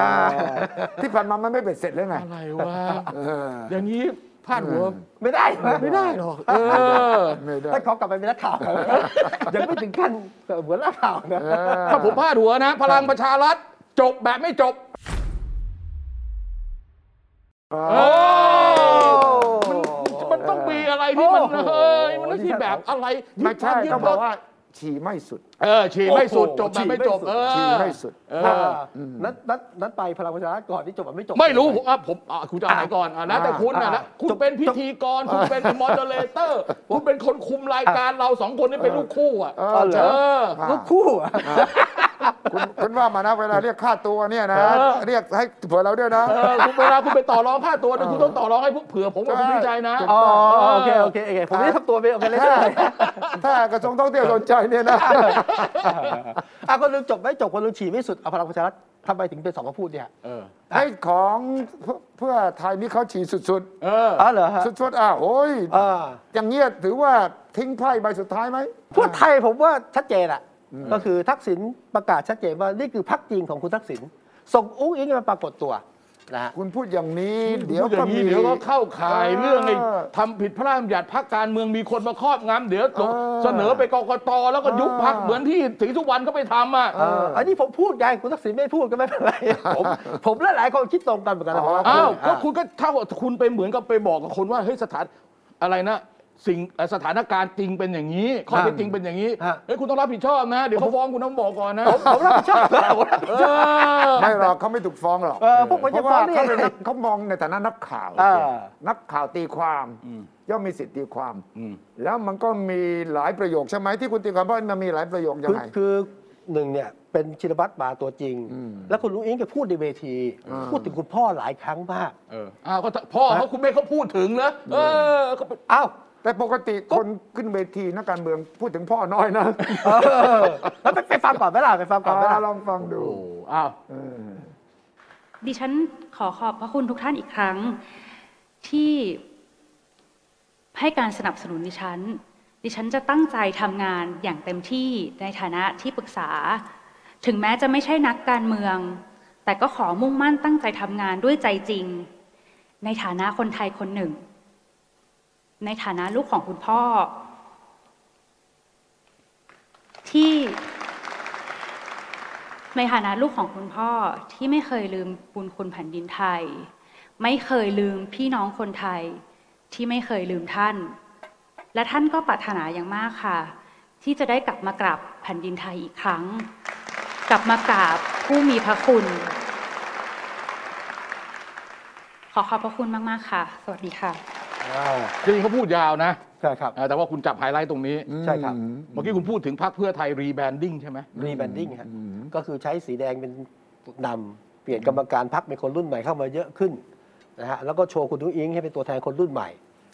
[SPEAKER 3] ที่ผ่านมามันไม่เป็นเสร็จแล้วไง
[SPEAKER 2] อะไรวะ
[SPEAKER 3] เออ
[SPEAKER 2] อย่างนี้พลาดหัว
[SPEAKER 1] ไม่ได้
[SPEAKER 2] ไม่ได้หรอก เออ
[SPEAKER 3] ไม่ได้
[SPEAKER 1] ถ้าขอกลับไปเป็นนักข่าว ยังไม่ถึงขั้นหัวหน้าข่าวนะ
[SPEAKER 3] เออ
[SPEAKER 2] ถ้าผมพลาดหัวนะ พลังประชารัฐจบแบบไม่จบเออมันต้องมีอะไรที่มัน
[SPEAKER 1] โอ้โห
[SPEAKER 2] เฮ้ยมันไม่ใช่แบบอะไรยึ
[SPEAKER 3] ไม่
[SPEAKER 2] ด
[SPEAKER 3] ใช่
[SPEAKER 2] ยึด
[SPEAKER 3] ต้อง
[SPEAKER 2] ร
[SPEAKER 3] บอก
[SPEAKER 2] ถ
[SPEAKER 3] ว่าฉี่ไม่สุด
[SPEAKER 2] เออฉี่ไม่สุดจบแบบไม่จบ เอ
[SPEAKER 3] ฉี่
[SPEAKER 2] อ
[SPEAKER 3] ไม่สุด
[SPEAKER 2] เอ
[SPEAKER 1] เอ
[SPEAKER 2] อ
[SPEAKER 1] อนัดนัดนัดไปพลังประชารัฐก่อนที่จบมันไม่จบ
[SPEAKER 2] ไม่รู้ผมอ่ะผมอ่ะคุณจะเอาไหนก่อนอ่ะแล้วแต่คุณอ่ะ
[SPEAKER 1] อ่ะ
[SPEAKER 2] แล้วคุณ
[SPEAKER 1] จบ
[SPEAKER 2] เป็นพิธีกร คุณเป็นมอดเลเตอร์ คุณเป็นคนคุมรายการเราสองคนนี่เป็นลูกคู่อ่ะ
[SPEAKER 3] เออเหรอ
[SPEAKER 2] อ
[SPEAKER 3] อ่า
[SPEAKER 1] ลูกคู่อะ
[SPEAKER 3] คุณคุณว่ามานะเวลาเรียกค่าตัวเนี่ยนะ
[SPEAKER 2] เออ
[SPEAKER 3] เรียกให้เผื่อเราด้วยนะ
[SPEAKER 2] เออคุณเวลาคุณไปต่อรองค่าตัวนะคุณต้องต่อรองให้พวกเผื่อผมกับคุณวิจัยนะ
[SPEAKER 1] อ๋อโอเคโอเคโอเคผมไม่ได้ทำตัวเป็นโอเปอเรเตอ
[SPEAKER 3] ถ้า
[SPEAKER 1] ร์
[SPEAKER 3] ถ้ากระทรวงท่องเที่ยวสนใจเนี่ยนะ
[SPEAKER 1] อ่ะคนลืมจบไม่จบคนลืมฉี่ไม่สุดเอาพลังประชารัฐทำไมถึงเป็นสองมาพูดเนี่ย
[SPEAKER 2] เออ
[SPEAKER 3] ให้ของเพื่อเพื่อไทยนี่เขาฉี่สุด
[SPEAKER 2] เออ
[SPEAKER 1] อ๋อเหรอฮะ
[SPEAKER 3] ๆ สุดๆอ่ะโอ้ย
[SPEAKER 1] อ่า
[SPEAKER 3] อย่างเงี้ยถือว่าทิ้งไพ่ใบสุดท้ายไหม
[SPEAKER 1] พวกไทยผมว่าชัดเจนอะก็คือทักษิณประกาศชัดเจนว่านี่คือพักจริงของคุณทักษิณส่งอุ้งอิงมาปรากฏตัวนะฮะ
[SPEAKER 3] คุณพูดอย่างนี้ เดี๋
[SPEAKER 2] เดี๋
[SPEAKER 3] ย
[SPEAKER 2] ยว ว
[SPEAKER 3] ก็
[SPEAKER 2] ก็มี
[SPEAKER 3] มี
[SPEAKER 2] เดี๋ยวก็เข้าข่ายเรื่องไอ้
[SPEAKER 3] เออ
[SPEAKER 2] ทำผิดพระราชบัญญัติพรรคการเมืองมีคนมาครอบงำเดี๋ยว
[SPEAKER 3] เออ
[SPEAKER 2] เสนอไปกกตแล้วก็ยุบพรรค
[SPEAKER 3] เออ
[SPEAKER 2] เหมือนที่สีทุกวันก็ไปทำอ่ะ
[SPEAKER 1] เอออันนี้ผมพูดไงคุณทักษิณไม่พูดก็ไม่เป็นไร ผมผมและหลายคนคิดตรงกันเหมือนกันนะผมว่า
[SPEAKER 2] อ้าวก็
[SPEAKER 1] อ่ะ
[SPEAKER 2] คุณก็เท่ากับคุณไปเหมือนกับไปบอกกับคนว่าเฮ้ยสถานอะไรนะสิ่งเอ่อสถานการณ์จริงเป็นอย่างนี้ข้อเท็จจริงเป็นอย่างนี้
[SPEAKER 1] ฮะ
[SPEAKER 2] เฮ้ยคุณต้องรับผิดชอบนะ เดี๋ยวเขาฟ้องคุณต้องบอกก่อนนะ
[SPEAKER 1] ผมรับผิดชอบนะผมรับผิด
[SPEAKER 2] เอ
[SPEAKER 1] ชอบ
[SPEAKER 2] อ
[SPEAKER 3] ไม่หรอกเขาไม่ถูกฟ้องหรอก
[SPEAKER 1] เออพวกมัน
[SPEAKER 3] เพ
[SPEAKER 1] จะ
[SPEAKER 3] ราะ
[SPEAKER 1] ฟ้
[SPEAKER 3] ว่า
[SPEAKER 1] องได้
[SPEAKER 3] เขา
[SPEAKER 1] ยั
[SPEAKER 3] เป็น
[SPEAKER 1] งไง
[SPEAKER 3] นักเขามองในฐานะนักข่าว
[SPEAKER 1] อ่า
[SPEAKER 3] นักข่าวตีความย่อมมีสิทธิ์ตีความ แล้วมันก็มีหลายประโยคใช่ไหมที่คุณตีความเพราะมันมีหลายประโยคยัง
[SPEAKER 1] คือ
[SPEAKER 3] ไง
[SPEAKER 1] คือหนึ่งเนี่ยเป็นชินวัตรมาตัวจริง แล้วคุณลุงอิงแกพูดในเวที พูดถึงคุณพ่อหลายครั้งมาก
[SPEAKER 2] เอออ้าวก็พ่อเขาคุณแม่เขาพูดถึงนะเออก็เป็น
[SPEAKER 1] อ้าว
[SPEAKER 3] แต่ปกติคนขึ้นเวทีนักการเมืองพูดถึงพ่อน้อยนะ
[SPEAKER 1] เออแล้วไปไปฟังก่อนไหมล่ะไปฟังก่อนไหมล่ะ
[SPEAKER 3] อ่าลองฟังดู
[SPEAKER 2] โอ้อ้าว
[SPEAKER 4] ดิฉันขอขอบพระคุณทุกท่านอีกครั้ง ที่ให้การสนับสนุนดิฉัน ดิฉันจะตั้งใจทำงานอย่างเต็มที่ในฐานะที่ปรึกษา ถึงแม้จะไม่ใช่นักการเมือง แต่ก็ขอมุ่งมั่นตั้งใจทำงานด้วยใจจริง ในฐานะคนไทยคนหนึ่ง ในฐานะลูกของคุณพ่อ ที่ ในฐานะลูกของคุณพ่อที่ไม่เคยลืมบุญคุณแผ่นดินไทย ไม่เคยลืมพี่น้องคนไทย ที่ไม่เคยลืมท่าน และท่านก็ปรารถนาอย่างมากค่ะ ที่จะได้กลับมากราบแผ่นดินไทยอีกครั้ง กลับมากราบผู้มีพระคุณ ขอขอบพระคุณมาก ๆ ค่ะ สวัสดีค่ะ
[SPEAKER 2] จริงๆเขาพูดยาวนะ
[SPEAKER 1] ใช่ครับ
[SPEAKER 2] อ่าแต่ว่าคุณจับไฮไลท์ตรงนี้
[SPEAKER 1] ใช่ครับ
[SPEAKER 2] เมื่อกี้คุณพูดถึงพรรคเพื่อไทยรีแบรนดิ้งใช่ไหม
[SPEAKER 1] รีแบนดิ้งฮะก็คือใช้สีแดงเป็นนำเปลี่ยนกรรมการพักเป็นคนรุ่นใหม่เข้ามาเยอะขึ้นนะฮะแล้วก็โชว์คุณลุงอิงให้เป็นตัวแทนคนรุ่นใหม่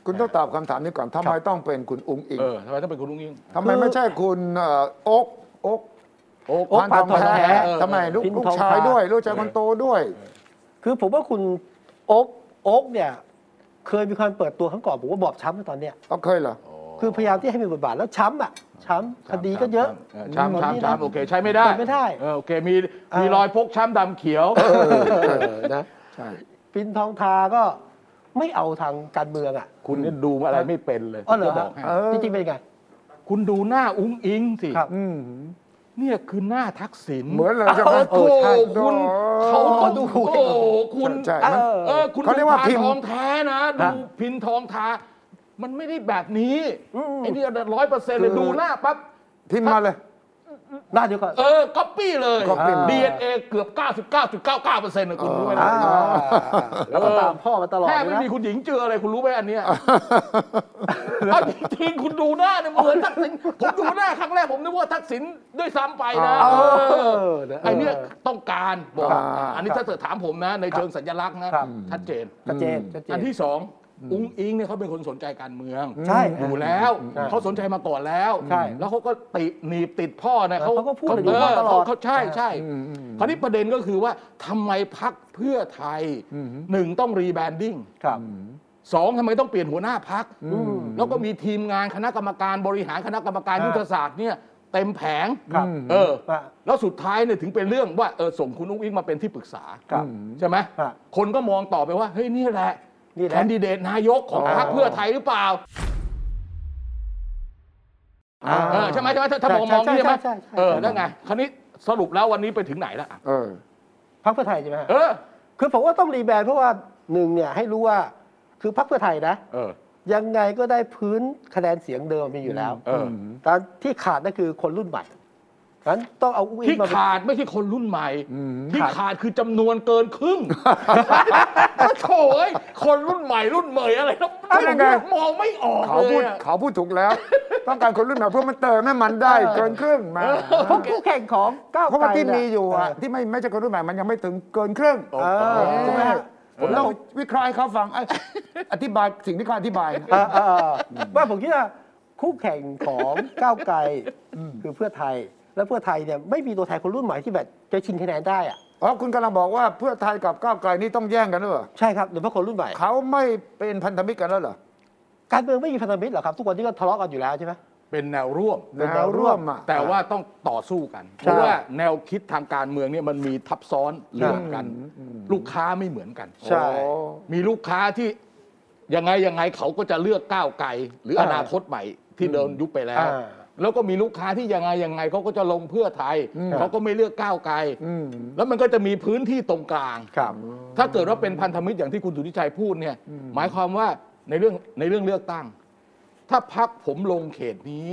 [SPEAKER 3] คุณต้องตอบคำถามนี้ก่อนทำไมต้องเป็นคุณอุ้งอิง
[SPEAKER 2] เออทำไมต้องเป็นคุณลุงยิ่ง
[SPEAKER 3] ทำไมไม่ใช่คุณเอ่อโอ๊กโอ๊ก
[SPEAKER 2] โอ้
[SPEAKER 1] โอ๊ค
[SPEAKER 3] พานทอง
[SPEAKER 1] พานทองแท้
[SPEAKER 3] แท้ทำไมลูก
[SPEAKER 1] พินทอง
[SPEAKER 3] ลูกชาย
[SPEAKER 1] พา
[SPEAKER 3] ด้วย ลูกชายคนโตด้วย
[SPEAKER 1] คือผมว่าคุณโอ๊กโอ๊กเนี่ย เคยมีความเปิดตัวครั้งก่อนผมว่าบอบช้ำนะตอนเนี้ย
[SPEAKER 3] เอาเคยเหรอ
[SPEAKER 1] คือพยายามที่ให้มีบทบาทแล้วช้ำอ่ะ ช้ำคดีก็เยอะ
[SPEAKER 2] ช้ำช้ำช้ำโอเค ใช้ไม่ได้
[SPEAKER 1] ใช้ไม่ได้
[SPEAKER 2] เออโอเค มี
[SPEAKER 1] เออ
[SPEAKER 2] มีรอยพกช้ำดำเขียว
[SPEAKER 1] เออนะ
[SPEAKER 3] ใช่
[SPEAKER 1] ปินทองทาก็ไม่เอาทางการเมืองอ่ะ
[SPEAKER 2] คุณเนี่ยดูอะไรไม่เป็นเลย
[SPEAKER 1] อ๋อเหรอ
[SPEAKER 2] ผมจะบ
[SPEAKER 1] ฮะ
[SPEAKER 2] กให้
[SPEAKER 1] จริงๆเป็นยังไง
[SPEAKER 2] คุณดูหน้าอุ้งอิงสิ
[SPEAKER 1] ครับ
[SPEAKER 3] อืม
[SPEAKER 2] เนี่ยคือหน้าทักษิณ
[SPEAKER 3] เหมือนเลยใช่ไหม
[SPEAKER 2] โอ้โหคุณเขาต้อง
[SPEAKER 1] ดู
[SPEAKER 2] โอ้โหคุณ
[SPEAKER 3] ใช่
[SPEAKER 1] เอ
[SPEAKER 3] มัน
[SPEAKER 1] อ
[SPEAKER 2] เออคุณ
[SPEAKER 3] เขาเรียกว่าพิ
[SPEAKER 2] พิ
[SPEAKER 3] ม
[SPEAKER 2] น
[SPEAKER 3] พ์
[SPEAKER 2] ทองแท้นะ
[SPEAKER 1] ฮะ
[SPEAKER 2] ดูพินทองทา มันไม่ได้แบบนี้
[SPEAKER 1] อืม
[SPEAKER 2] ไอ้นี่ร้อยเปอร์เซ็นต์เลยดูหน้าปั๊บ
[SPEAKER 3] พิมพ์มาเลย
[SPEAKER 1] หน้าเดียวกัน
[SPEAKER 2] เออก๊อปปี้เลย
[SPEAKER 3] copy มา
[SPEAKER 2] DNA เกือบ 99.99%นะคุณรู้ไหมนะ
[SPEAKER 1] อ่าแล้วก็ตามพ่อมาตลอด
[SPEAKER 2] แท
[SPEAKER 1] เลย
[SPEAKER 2] บไม่
[SPEAKER 1] นะ
[SPEAKER 2] มีคุณหญิงเจืออะไรคุณรู้ไหมอันเนี้ยเอาจริงๆคุณดูหน้าเนี่ยเหมือนทักษิณผมดูหน้าครั้งแรกผมนึกว่าทักษิณด้วยซ้ำไปนะ
[SPEAKER 1] เออ
[SPEAKER 2] เออ
[SPEAKER 1] เออนะ
[SPEAKER 2] ไอเนี้ยต้องการบอก
[SPEAKER 3] อ่า
[SPEAKER 2] อันนี้ถ้าเกิดถามผมนะ ในเชิงสัญลักษณ์นะครับ ชัดเจน
[SPEAKER 1] ชัดเจนชัดเจน
[SPEAKER 2] อันที่สองอุ้งอิงเนี่ยเขาเป็นคนสนใจการเมือง
[SPEAKER 1] ใช่
[SPEAKER 2] อยู่แล้ว
[SPEAKER 1] ใช่
[SPEAKER 2] เขาสนใจมาก่อนแล้ว
[SPEAKER 1] ใช่
[SPEAKER 2] แล้วเขาก็ติดหนีบติดพ่อเนี่ยเขา
[SPEAKER 1] เขาก็พูด
[SPEAKER 2] เออ
[SPEAKER 1] ตลอด
[SPEAKER 2] เขาใช่ใช่คราวนี้ประเด็นก็คือว่าทำไมพักเพื่อไทยหนึ่งต้องรีแบรนดิ้ง
[SPEAKER 1] ครับ
[SPEAKER 2] สองทำไมต้องเปลี่ยนหัวหน้าพักแล้วก็มีทีมงานคณะกรรมการบริหารคณะกรรมการ
[SPEAKER 1] อ่ายุ
[SPEAKER 2] ยุทธศาสตร์เนี่ยเต็มแผง
[SPEAKER 1] ครับ
[SPEAKER 2] เออ
[SPEAKER 1] ฮะ
[SPEAKER 2] แล้วสุดท้ายเนี่ยถึงเป็นเรื่องว่าเออส่งคุณอุ้งอิงมาเป็นที่ปรึกษา
[SPEAKER 1] ครับ
[SPEAKER 2] ใช่ไหม
[SPEAKER 1] ฮะ
[SPEAKER 2] คนก็มองต่อไปว่า เฮ้ย นี่แหละ
[SPEAKER 1] นี่แหละ
[SPEAKER 2] แคนดิเดตนายกของพรรคเพื่อไทยหรือเปล่า เออใช่ไหมใช่ไหมถ้าถ้ามองมองนี่ใช่ไหม
[SPEAKER 1] ใช่ใช่ใช่
[SPEAKER 2] เออแล้วไงคราวนี้สรุปแล้ววันนี้ไปถึงไหนแล้วอ่ะ
[SPEAKER 3] เออ
[SPEAKER 1] พักเพื่อไทยใช่ไหมฮะ
[SPEAKER 2] เออ
[SPEAKER 1] คือผมว่าต้องรีแบรนด์เพราะว่าหนึ่งเนี่ยให้รู้ว่าคือพักเพื่อไทยนะ
[SPEAKER 2] เออ
[SPEAKER 1] ยังไงก็ได้พื้นคะแนนเสียงเดิมมีอยู่แล้ว
[SPEAKER 2] เออ
[SPEAKER 1] แต่ที่ขาดนั่นคือคนรุ่นใหม่นั้นต้องเอาอุ้งอิ
[SPEAKER 2] ที่
[SPEAKER 1] งมาเป็น
[SPEAKER 2] ขาดไม่ใช่คนรุ่นใหม่ ที่ขาดคือจำนวนเกินครึ่งโถ่เอ้ยคนรุ่นใหม่รุ่นเหมยอะไรแล้ว
[SPEAKER 3] เอายังไง
[SPEAKER 2] มองไม่ออก
[SPEAKER 3] เขา
[SPEAKER 2] เล
[SPEAKER 3] พูด
[SPEAKER 2] ยอะ
[SPEAKER 3] เขาพูดถูกแล้ว ต้องการคนรุ่นใหม่เพื่อมันเติมให้มันได้เกินครึ่งมา
[SPEAKER 1] เพราะคู่แข่งของก้าว
[SPEAKER 3] เพราะ
[SPEAKER 1] ไกล
[SPEAKER 3] ว่าที่มีอยู่
[SPEAKER 1] เนี่
[SPEAKER 3] อะที่ไม่ไม่ใช่คนรุ่นใหม่มันยังไม่ถึงเกินครึ่ง
[SPEAKER 1] เออ
[SPEAKER 3] ถูกไหมฮะ
[SPEAKER 1] เออ
[SPEAKER 3] ผมต้องวิเคราะห์ให้เขาฟังไอ้อธิบายสิ่งที่เขาอธิบายนะ
[SPEAKER 1] เออเออเออว่าผมคิดว่าคู่แข่งของก้าวไกลคือเพื่อไทย และเพื่อไทยเนี่ยไม่มีตัวแทนคนรุ่นใหม่ที่แบบจะชิงคะแนนได้อะ
[SPEAKER 3] อ๋อคุณกำลังบอกว่าเพื่อไทยกับก้าวไกลนี่ต้องแย่งกันด้วยเหรอ
[SPEAKER 1] ใช่ครับโดยเฉพาะคนรุ่นใหม่
[SPEAKER 3] เขาไม่เป็นพันธมิตรกันแล้วเหรอ
[SPEAKER 1] การเมืองไม่มีพันธมิตรหรอกครับ ทุกวันนี้ก็ทะเลาะกันอยู่แล้วใช่ไหม
[SPEAKER 2] เป็นแนวร่วม
[SPEAKER 3] แนวร่วมอ่ะ
[SPEAKER 2] แต่ว่าต้องต่อสู้กัน
[SPEAKER 1] ใช่
[SPEAKER 2] เพราะว่าแนวคิดทางการเมืองเนี่ยมันมีทับซ้อนเหลื่อมกัน ลูกค้าไม่เหมือนกัน
[SPEAKER 1] ใช่
[SPEAKER 2] มีลูกค้าที่ยังไงยังไงเขาก็จะเลือกก้าวไกลหรืออนาคตใหม่ที่เดินยุบไปแล้ว
[SPEAKER 1] อ่า
[SPEAKER 2] แล้วก็มีลูกค้าที่ยังไงยังไงเขาก็จะลงเพื่อไทยเขาก็ไม่เลือกก้าวไกลแล้วมันก็จะมีพื้นที่ตรงกลาง
[SPEAKER 1] ครับ
[SPEAKER 2] ถ้าเกิดว่าเป็นพันธมิตรอย่างที่คุณสุทธิชัยพูดเนี่ย หมายความว่าในเรื่องในเรื่องเลือกตั้ง ถ้าพักผมลงเขตนี้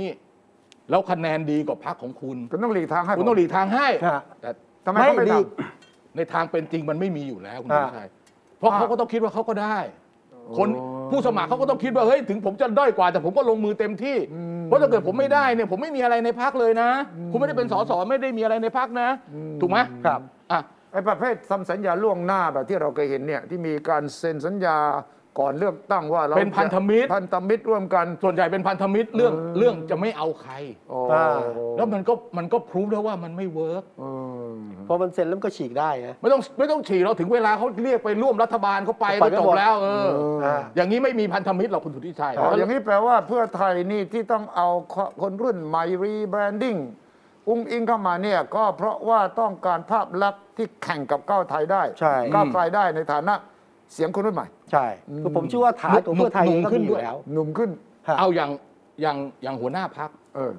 [SPEAKER 2] แล้วคะแนนดีกว่าพักของคุณ
[SPEAKER 3] คุณต้องหลีกทางให้
[SPEAKER 2] คุณต้องหลีกทางให้
[SPEAKER 1] ฮะ
[SPEAKER 2] แต่
[SPEAKER 3] ทำไมเขาไม่
[SPEAKER 1] ไม่หลี
[SPEAKER 3] ท
[SPEAKER 1] ก
[SPEAKER 2] ในทางเป็นจริงมันไม่มีอยู่แล้วคุณ
[SPEAKER 1] อ่า
[SPEAKER 2] สุทธิชัยเพราะเขาก็ต้องคิดว่าเขาก็ได้ คนผู้สมัครเขาก็ต้องคิดว่าเฮ้ยถึงผมจะด้อยกว่า แต่ผมก็ลงมือเต็มที่ เพราะถ้าเกิดผมไม่ได้เนี่ยผมไม่มีอะไรในพักเลยนะ คุณไม่ได้เป็นสสไม่ได้มีอะไรในพักนะ ถูกไหม
[SPEAKER 1] ครับ
[SPEAKER 2] อ่ะ
[SPEAKER 3] ำไอ้ประเภททำสัญญาล่วงหน้าแบบที่เราเคยเห็นเนี่ยที่มีการเซ็นสัญญาก่อนเลือกตั้งว่าเรา
[SPEAKER 2] เป็นพันธมิตร
[SPEAKER 3] จะพันธมิตรร่วมกัน
[SPEAKER 2] ส่วนใหญ่เป็นพันธมิตรเรื่องเรื่องจะไม่เอาใคร
[SPEAKER 3] โอ้
[SPEAKER 1] อ่า
[SPEAKER 2] แล้วมันก็มันก็พรูฟแล้วว่ามันไม่เวิร์ก
[SPEAKER 3] เออ
[SPEAKER 1] พอมันเซ็นแล้วมันก็ฉีกได้นะ
[SPEAKER 2] ไม่ต้องไม่ต้องฉี่เราถึงเวลาเขาเรียกไปร่วมรัฐบาลเขาไป
[SPEAKER 1] ไป
[SPEAKER 2] ก็
[SPEAKER 1] กัน
[SPEAKER 2] จ
[SPEAKER 1] หม
[SPEAKER 2] บ
[SPEAKER 1] ด
[SPEAKER 2] แล้วเออ
[SPEAKER 1] อ่า
[SPEAKER 2] อย่างนี้ไม่มีพันธมิตรหรอกคุณสุทธิชัย
[SPEAKER 3] อ๋ออย่างนี้แปลว่าเพื่อไทยนี่ที่ต้องเอาคนรุ่นใหม่รีแบรนดิ้งอุ้งอิงเข้ามาเนี่ยก็เพราะว่าต้องการภาพลักษณ์ที่แข่งกับก้าวไทยได้
[SPEAKER 1] ใช่
[SPEAKER 3] ก้าวไกลได้ในฐานะเสียงคนรุ่นใหม่
[SPEAKER 1] ใช่คือผมเชื่อว่าฐานของเพื่อไทยก็มีอยู่แล้ว
[SPEAKER 3] หนุ่มขึ้น
[SPEAKER 1] ฮะ
[SPEAKER 2] เอาอย่างอย่างอย่างหัวหน้าพัก
[SPEAKER 3] เออ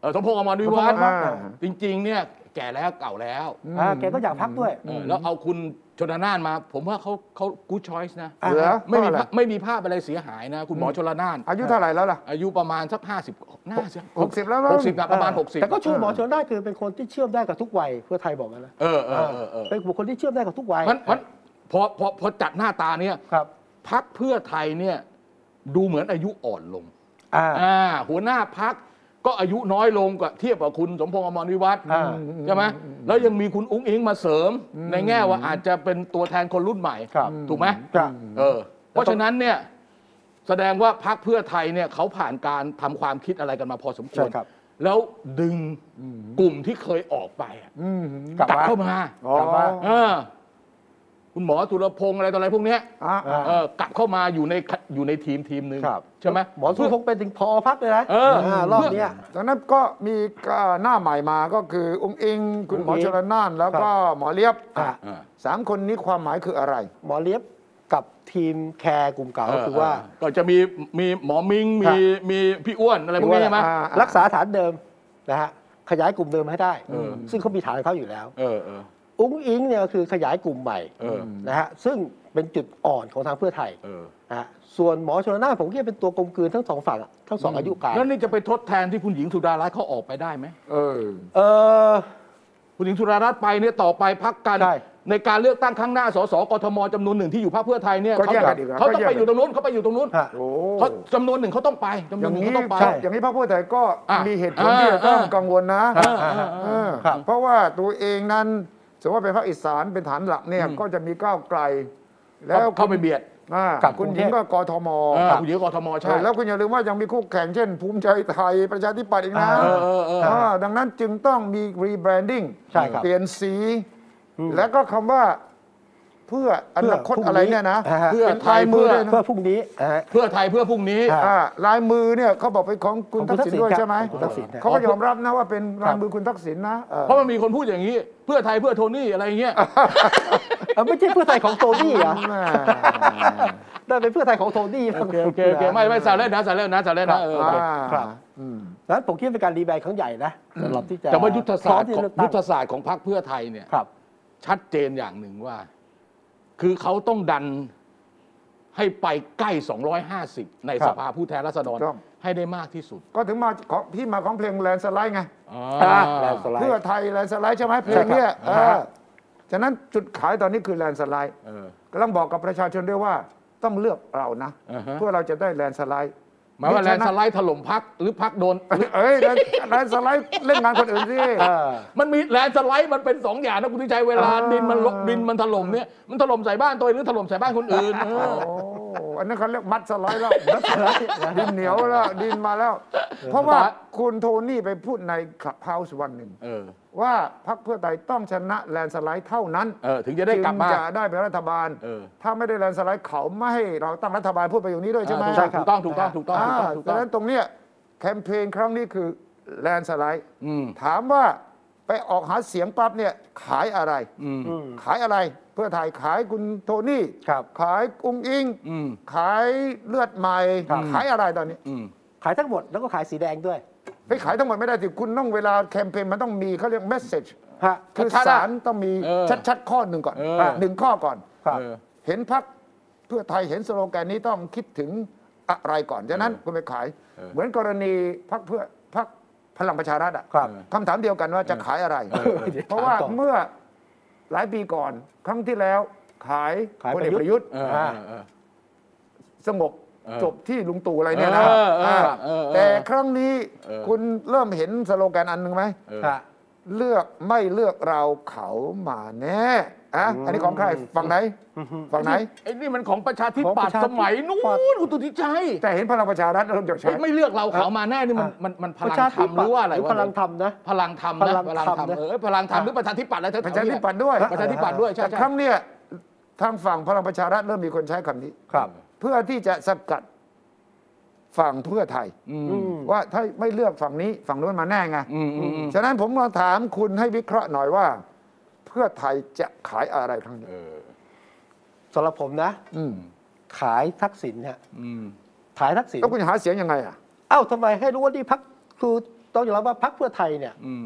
[SPEAKER 2] เออสมพงษ์อมรวิวัฒน์
[SPEAKER 3] อ่า
[SPEAKER 2] จริง ๆ เนี่ยแก่แล้วเก่าแล้ว
[SPEAKER 1] อ่าแกก็อยากพักด้วย
[SPEAKER 2] เออแล้วเอาคุณชนละนานมา ผมว่าเขาเขากูช้อยส์นะ
[SPEAKER 1] อ่ะ
[SPEAKER 3] เหลือ
[SPEAKER 2] ไม่มี
[SPEAKER 3] เท่าห
[SPEAKER 2] ภา
[SPEAKER 3] ร่
[SPEAKER 2] พไม่มีภาพอะไรเสียหายนะ คุณหมอชนละนาน
[SPEAKER 3] อายุเท่าไหร่แล้วล่ะ
[SPEAKER 2] อายุประมาณสัก 50น่าจะ
[SPEAKER 3] หกสิบแล้วมั้ง
[SPEAKER 2] หกสิบอะประมาณหกสิบ
[SPEAKER 1] แต่ก็ชูหมอชนได้คือเป็นคนที่เชื่อมได้กับทุกวัยเพื่อไทยบอกกันนะ
[SPEAKER 2] เออเออเออเออ
[SPEAKER 1] เป็นบุคคลที่เชื่อมได้กับทุกวัย
[SPEAKER 2] มันมันพอพอพอจัดหน้าตาเนี่ย
[SPEAKER 1] ครับ
[SPEAKER 2] พักเพื่อไทยเนี่ยดูเหมือนอายุอ่อนลง
[SPEAKER 1] อ่า
[SPEAKER 2] อ่าหัวหน้าพักก็อายุน้อยลงกว่าเทียบกับคุณสมพงษ์อมรวิวัฒน์
[SPEAKER 1] อ่า
[SPEAKER 2] ใช่ไหมแล้วยังมีคุณอุ้งอิงมาเสริม ในแง่ว่าอาจจะเป็นตัวแทนคนรุ่นใหม่
[SPEAKER 1] ครับ
[SPEAKER 2] ถูกไหม
[SPEAKER 1] ครับ
[SPEAKER 2] เออเพราะฉะนั้นเนี่ยแสดงว่าพักเพื่อไทยเนี่ยเขาผ่านการทำความคิดอะไรกันมาพอสมควร
[SPEAKER 1] ใช่ครับ
[SPEAKER 2] แล้วดึงกลุ่มที่เคยออกไปอะ
[SPEAKER 1] กลับ
[SPEAKER 2] กลับ
[SPEAKER 1] มา
[SPEAKER 2] เข้ามา
[SPEAKER 3] อ๋อก
[SPEAKER 1] ลับมา
[SPEAKER 2] เออคุณหมอตุลพงศ์อะไรต่ออะไรพวกเนี้ย
[SPEAKER 3] อ่ะอ่ะ
[SPEAKER 2] เออกลับเข้ามาอยู่ในอยู่ในทีมทีมหนึ่ง
[SPEAKER 1] ครับ
[SPEAKER 2] ใช่ไหม
[SPEAKER 1] หมอสุ
[SPEAKER 2] เพื่
[SPEAKER 1] พงษ์เป็นถึงพอพักเลยนะ
[SPEAKER 2] เออ
[SPEAKER 1] ารอบเนี้ย
[SPEAKER 3] ดังนั้นก็มีอ่าหน้าใหม่มาก็คืออุ้งอิง คุณหมอ
[SPEAKER 1] อุ้งอิง
[SPEAKER 3] ชลน่าน แล้วก็หมอเลียบ
[SPEAKER 1] อ่ะ
[SPEAKER 2] เออ
[SPEAKER 3] สามคนนี้ความหมายคืออะไร
[SPEAKER 1] หมอเลียบกับทีมแคร์กลุ่มเก่าก็คือว่า
[SPEAKER 2] เก็จะมีมีหมอมิง
[SPEAKER 1] ครั
[SPEAKER 2] มี
[SPEAKER 1] บ
[SPEAKER 2] มีพี่อ้วนอะไรพวกนี้ใช่ไหม
[SPEAKER 3] อ่า
[SPEAKER 1] รักษาฐานเดิมนะฮะ ขยายกลุ่มเดิมให้ได้
[SPEAKER 2] เออ
[SPEAKER 1] ซึ่งเขามีฐานเขาอยู่แล้ว
[SPEAKER 2] เออเออ
[SPEAKER 1] อุ้งอิงเนี่ยก็คือขยายกลุ่มใหม่
[SPEAKER 2] เออ
[SPEAKER 1] นะฮะซึ่งเป็นจุดอ่อนของทางเพื่อไทย
[SPEAKER 2] เออ
[SPEAKER 1] นะฮะส่วนหมอชนน่านผมคิดว่าเป็นตัวกลมกลืนทั้งสองฝั่งอะทั้งสองอายุการ
[SPEAKER 2] แล้วนี่จะไปทดแทนที่คุณหญิงสุดารัตน์เขาออกไปได้ไหม
[SPEAKER 3] เออ
[SPEAKER 1] เออ
[SPEAKER 2] คุณหญิงสุดารัตน์ไปเนี่ยต่อไปพักกัน
[SPEAKER 1] ใช่
[SPEAKER 2] ในการเลือกตั้งครั้งหน้าสสกทมจำนวนหนึ่งที่อยู่พรรคเพื่อไทยเนี่ย
[SPEAKER 3] ก็
[SPEAKER 2] เขา
[SPEAKER 3] แยก
[SPEAKER 2] จะ
[SPEAKER 3] กันอีกเหรอ
[SPEAKER 2] เขาต้อง
[SPEAKER 3] ก็แยก
[SPEAKER 2] ไป
[SPEAKER 3] กัน
[SPEAKER 2] อยู่ตรงนู้นเขาไปอยู่ตรงนู้น
[SPEAKER 1] ฮะ
[SPEAKER 3] โอ้
[SPEAKER 2] เขาจำนวนหนึ่งเขาต้องไปจำนวน
[SPEAKER 3] อย่าง
[SPEAKER 2] หนึ่ง
[SPEAKER 3] นี้
[SPEAKER 2] เขาต้องไป
[SPEAKER 3] ใช่อย่างนี้พรรคเพื่อไทยก็
[SPEAKER 2] อ่ะ
[SPEAKER 3] มีเหตุผลที่จะ
[SPEAKER 2] อ่า
[SPEAKER 3] ต้องกังวลนะ
[SPEAKER 2] อ่าอ่าอ่า
[SPEAKER 3] เออ
[SPEAKER 1] ครับ
[SPEAKER 3] เพราะว่าตัวเองนั้นถือว่าเป็นภาคอีสานเป็นฐานหลักเนี่ย
[SPEAKER 2] อืม
[SPEAKER 3] ก็จะมีก้าวไกล แล้
[SPEAKER 2] แล้ว วเขาไปเบียด
[SPEAKER 3] อ่า
[SPEAKER 1] กับ
[SPEAKER 3] คุณ
[SPEAKER 1] กรุง
[SPEAKER 3] ห
[SPEAKER 1] เท
[SPEAKER 3] ญิง
[SPEAKER 1] พ
[SPEAKER 3] ก็กทม
[SPEAKER 2] เออคุณหญิงกทมใช่
[SPEAKER 3] แล้วคุณอย่าลืมว่ายังมีคู่แข่งเช่น ภูมิใจไทยประชาธิปัตย์อีกนะ
[SPEAKER 1] อ่า
[SPEAKER 2] เออเออเออ
[SPEAKER 3] เออดังนั้นจึงต้องมีรีแบรนดิ้ง
[SPEAKER 1] ใช่ครับ
[SPEAKER 3] เปลี่ยนสี
[SPEAKER 1] อืม
[SPEAKER 3] และก็คำว่าเพื่ออนาคตอะไรเนี่ยนะ
[SPEAKER 1] ฮ
[SPEAKER 2] เพื่อ
[SPEAKER 3] เป็น
[SPEAKER 2] ไทย
[SPEAKER 3] ลายมือ
[SPEAKER 2] เพื่อ
[SPEAKER 3] ด้วยนะ
[SPEAKER 1] เพื่อพรุ่งนี้นะฮะ
[SPEAKER 2] เพื่อไทยเพื่อพรุ่งนี้
[SPEAKER 1] ครับ
[SPEAKER 3] อ่าลายมือเนี่ยเขาบอกเป็นของคุณ
[SPEAKER 1] ของคุ
[SPEAKER 3] ทั
[SPEAKER 1] ณ
[SPEAKER 3] กษิณ
[SPEAKER 1] ทักษิณ
[SPEAKER 3] ด้วย
[SPEAKER 1] ครับ
[SPEAKER 3] ใช่ไหม
[SPEAKER 1] ของคุณทักษิณครับ
[SPEAKER 3] เขาก็ยอมรับนะว่าเป็นลายมือคุณทักษิณนะเออ
[SPEAKER 2] เพราะมันมีคนพูดอย่างนี้ เพื่อไทยเพื่อโทนี่อะไรอย่างเงี้ย
[SPEAKER 1] เอ้าไม่ใช่เพื่อไทยของโทนี่เหรอ
[SPEAKER 3] แม่
[SPEAKER 1] ได้เป็นเพื่อไทยของโทนี่บ้าง
[SPEAKER 2] โอ เคโอเคโอเคไม่ไม่สาวเล่นนะสาวเล่นนะสาวเล่นนะเออโอเค
[SPEAKER 3] อ่า
[SPEAKER 1] ครับ
[SPEAKER 3] อืม
[SPEAKER 1] นั้นผมคิดว่าเป็นการรีแบรนด์ครั้งใหญ่นะสำหรับที่จะ
[SPEAKER 2] แต่ว่ายุทธศาสตร์
[SPEAKER 1] พอมที่
[SPEAKER 2] ข
[SPEAKER 1] จะ
[SPEAKER 2] อง
[SPEAKER 1] เลือกตั้ง
[SPEAKER 2] ยุทธศาสตร์ของพรรคเพื่อไทยเนี่ย
[SPEAKER 1] ครับ
[SPEAKER 2] ชัดเจนอย่างหนึ่งว่า คือเขาต้องดันให้ไปใกล้ 250 ใน
[SPEAKER 1] ครับ
[SPEAKER 2] สภาผู้แทนราษฎร
[SPEAKER 3] ถูกต้อง
[SPEAKER 2] ให้ได้มากที่สุด
[SPEAKER 3] ก็ถึงมาของที่มาของเพลงแลนสไลด์ไง
[SPEAKER 2] อ่า
[SPEAKER 1] แล้วสไลด์
[SPEAKER 3] เพื่อไทยแลนด์สไลด์ใช่ไหมเพลงเนี้ยเออฉะนั้นจุดขายตอนนี้คือแลนด์สไลด์
[SPEAKER 2] เออก
[SPEAKER 3] ำลังบอกกับประชาชนด้วยว่าต้องเลือกเรานะ
[SPEAKER 2] อ่าฮะ
[SPEAKER 3] เพื่อเราจะได้แลนด์สไลด์
[SPEAKER 2] หมายว่า
[SPEAKER 3] ไม่
[SPEAKER 2] แล
[SPEAKER 3] ใช่
[SPEAKER 2] น
[SPEAKER 3] นะ
[SPEAKER 2] ด์สไลด์ถล่มพักหรือพักโดน
[SPEAKER 3] เอ้ยแลนด์แลนด์สไลด์เล่นงานคนอื่นสิ
[SPEAKER 1] เออ
[SPEAKER 2] มันมีแลนด์สไลด์มันเป็นสองอย่างนะคุณทิชัยเวลา
[SPEAKER 3] อ่า
[SPEAKER 2] ดินมันลกดินมันถล่มเนี่ยมันถล่มใส่บ้านตัวเองหรือถล่มใส่บ้านคนอื่นเออ
[SPEAKER 3] โอ้อันนั้นเขาเรียกมัดสไลด์แล้วดินเหนียวแล้วดินมาแล้ว เพราะว่า
[SPEAKER 2] ตาย
[SPEAKER 3] คุณโทนี่ไปพูดในคลับเฮาส์วันหนึ่ง
[SPEAKER 2] เออ
[SPEAKER 3] ว่าพรรคเพื่อไทยต้องชนะแลนด์สไลด์เท่านั้น
[SPEAKER 2] เออถึงจะได้กลับมา
[SPEAKER 3] จึงจะได้เป็นรัฐบาล
[SPEAKER 2] เออ
[SPEAKER 3] ถ้าไม่ได้แลนด์สไลด์เขาไม่ให้เราตั้งรัฐบาลพูดประโยคนี้ด้วยใช่ไหม
[SPEAKER 1] ใช่ครั
[SPEAKER 2] ถู
[SPEAKER 1] บ
[SPEAKER 2] กต้องถูกต้องถูกต้องถูกต้องถูก
[SPEAKER 3] ดั
[SPEAKER 2] ต้อง
[SPEAKER 3] นั้นตรงเนี้ยแคมเปญครั้งนี้คือแลนด์สไลด์
[SPEAKER 2] อืม
[SPEAKER 3] ถามว่าไปออกหาเสียงปั๊บเนี่ยขายอะไร
[SPEAKER 2] อืม
[SPEAKER 1] อืม
[SPEAKER 3] ขายอะไร เพื่อไทยขายคุณโทนี่
[SPEAKER 1] ครับ
[SPEAKER 3] ขายอุ้งอิง
[SPEAKER 2] อืม
[SPEAKER 3] ขายเลือดใหม่
[SPEAKER 1] ครับ
[SPEAKER 3] ขายอะไรตอนนี้
[SPEAKER 2] อืม
[SPEAKER 1] ขายทั้งหมดแล้วก็ขายสีแดงด้วย
[SPEAKER 3] ไปขายทั้งหมดไม่ได้สิคุณต้องเวลาแคมเปญมันต้องมีเขาเรียกเมสเซจ
[SPEAKER 1] ฮะ
[SPEAKER 3] คือ
[SPEAKER 2] ชัดๆ
[SPEAKER 3] สา
[SPEAKER 2] อะ
[SPEAKER 3] รต้องมี
[SPEAKER 2] เออ
[SPEAKER 3] ชัดๆข้อหนึ่งก่อน
[SPEAKER 2] เออ
[SPEAKER 3] หนึ่งข้อก่อน
[SPEAKER 1] ครับ
[SPEAKER 2] เออ
[SPEAKER 3] เห็นพักเพื่อไทยเห็นสโลแกนนี้ต้องคิดถึงอะไรก่อนฉะนั้นคุณไปขาย
[SPEAKER 2] เออ
[SPEAKER 3] เหมือนกรณีพักเพื่อพักพลังประชารัฐอะ
[SPEAKER 1] ครับ
[SPEAKER 3] คำถามเดียวกันว่าจะขายอะไร
[SPEAKER 2] เออเออ
[SPEAKER 3] เพราะว่า
[SPEAKER 1] ถามต่อ
[SPEAKER 3] เมื่อหลายปีก่อน ครั้งที่แล้วขาย
[SPEAKER 1] ขาย
[SPEAKER 3] พลเอ
[SPEAKER 1] ป
[SPEAKER 3] กประ ระ
[SPEAKER 1] ยุ
[SPEAKER 3] ยุ
[SPEAKER 1] ท
[SPEAKER 3] ท
[SPEAKER 1] ธ์
[SPEAKER 3] ธ์
[SPEAKER 2] เออเออเออ
[SPEAKER 3] สงบ
[SPEAKER 2] เออ
[SPEAKER 3] จบที่ลุงตู่อะไรเนี่ยนะ
[SPEAKER 2] เออเออ
[SPEAKER 3] อ่า
[SPEAKER 2] เออเออ
[SPEAKER 3] แต่ครั้งนี้
[SPEAKER 2] เออ
[SPEAKER 3] คุณเริ่มเห็นสโลแกนอันหนึ่งไหม
[SPEAKER 2] เออ
[SPEAKER 1] ฮะ
[SPEAKER 3] เลือกไม่เลือกเราเขามาแน่อะอันนี้ของใครฝั่งไหนฝั่งไหน
[SPEAKER 2] ไอ้นี่มันของประชาธิปัต
[SPEAKER 1] ของป
[SPEAKER 2] ย์
[SPEAKER 1] ระชาธิ
[SPEAKER 2] สมัยนู้
[SPEAKER 1] ปัตย์
[SPEAKER 2] นคุณตุติชัย
[SPEAKER 3] แต่เห็นพลังประชารัฐเริ่มจากใช้
[SPEAKER 2] เฮ้ยไม่เลือกเราเขามาแน่นี่มัน
[SPEAKER 1] อ่ะ
[SPEAKER 2] มันมันพ
[SPEAKER 1] ป
[SPEAKER 2] ลั
[SPEAKER 1] ระ
[SPEAKER 2] ง
[SPEAKER 1] ชา
[SPEAKER 2] ธร
[SPEAKER 1] ธิ
[SPEAKER 2] รมห
[SPEAKER 1] ปัต
[SPEAKER 2] รือ
[SPEAKER 1] ย์
[SPEAKER 2] ว่าอะไร
[SPEAKER 1] หรือ
[SPEAKER 2] วะ
[SPEAKER 1] พลังธรรมนะ
[SPEAKER 2] พลังธรรมนะ
[SPEAKER 1] พ
[SPEAKER 2] พ
[SPEAKER 1] ลั
[SPEAKER 2] ลั
[SPEAKER 1] ง
[SPEAKER 2] ง
[SPEAKER 1] ธ
[SPEAKER 2] ธ
[SPEAKER 1] รร
[SPEAKER 2] รร
[SPEAKER 1] ม
[SPEAKER 2] ม
[SPEAKER 1] นะ
[SPEAKER 2] เออพลังธรรมหรือประชาธิปัตย์อะไรแถวๆ
[SPEAKER 3] ประชาธิ
[SPEAKER 2] เนี่ย
[SPEAKER 3] ปัตย์ด้วย
[SPEAKER 2] ประชาธิปัตย์ด้วยใช่
[SPEAKER 3] แต่
[SPEAKER 2] ใช่
[SPEAKER 3] ครั้งเนี้ยทางฝั่งพลังประชารัฐเริ่มมีคนใช้คำนี้
[SPEAKER 1] ครับ
[SPEAKER 3] เพื่อที่จะสกัดฝั่งเพื่อไทย
[SPEAKER 2] อืม
[SPEAKER 1] อืม
[SPEAKER 3] ว่าถ้าไม่เลือกฝั่งนี้ฝั่งนู้นมาแน่ไง
[SPEAKER 2] อืมอืมอืม
[SPEAKER 3] ฉะนั้นผมมาถามคุณให้วิเคราะห์หน่อยว่า เพื่อไทยจะขายอะไรครั้งนี้
[SPEAKER 2] เออ
[SPEAKER 1] สำหรับผมนะ
[SPEAKER 3] อืม
[SPEAKER 1] ขายทักษิณฮะ
[SPEAKER 2] อืม
[SPEAKER 1] ขายทักษิณ
[SPEAKER 3] แล้วคุณจะหาเสียงยังไงอ่ะ
[SPEAKER 1] เอ้าทำไมให้รู้ว่านี่พักคือต้องยอมรับว่าพักเพื่อไทยเนี่ย
[SPEAKER 2] อืม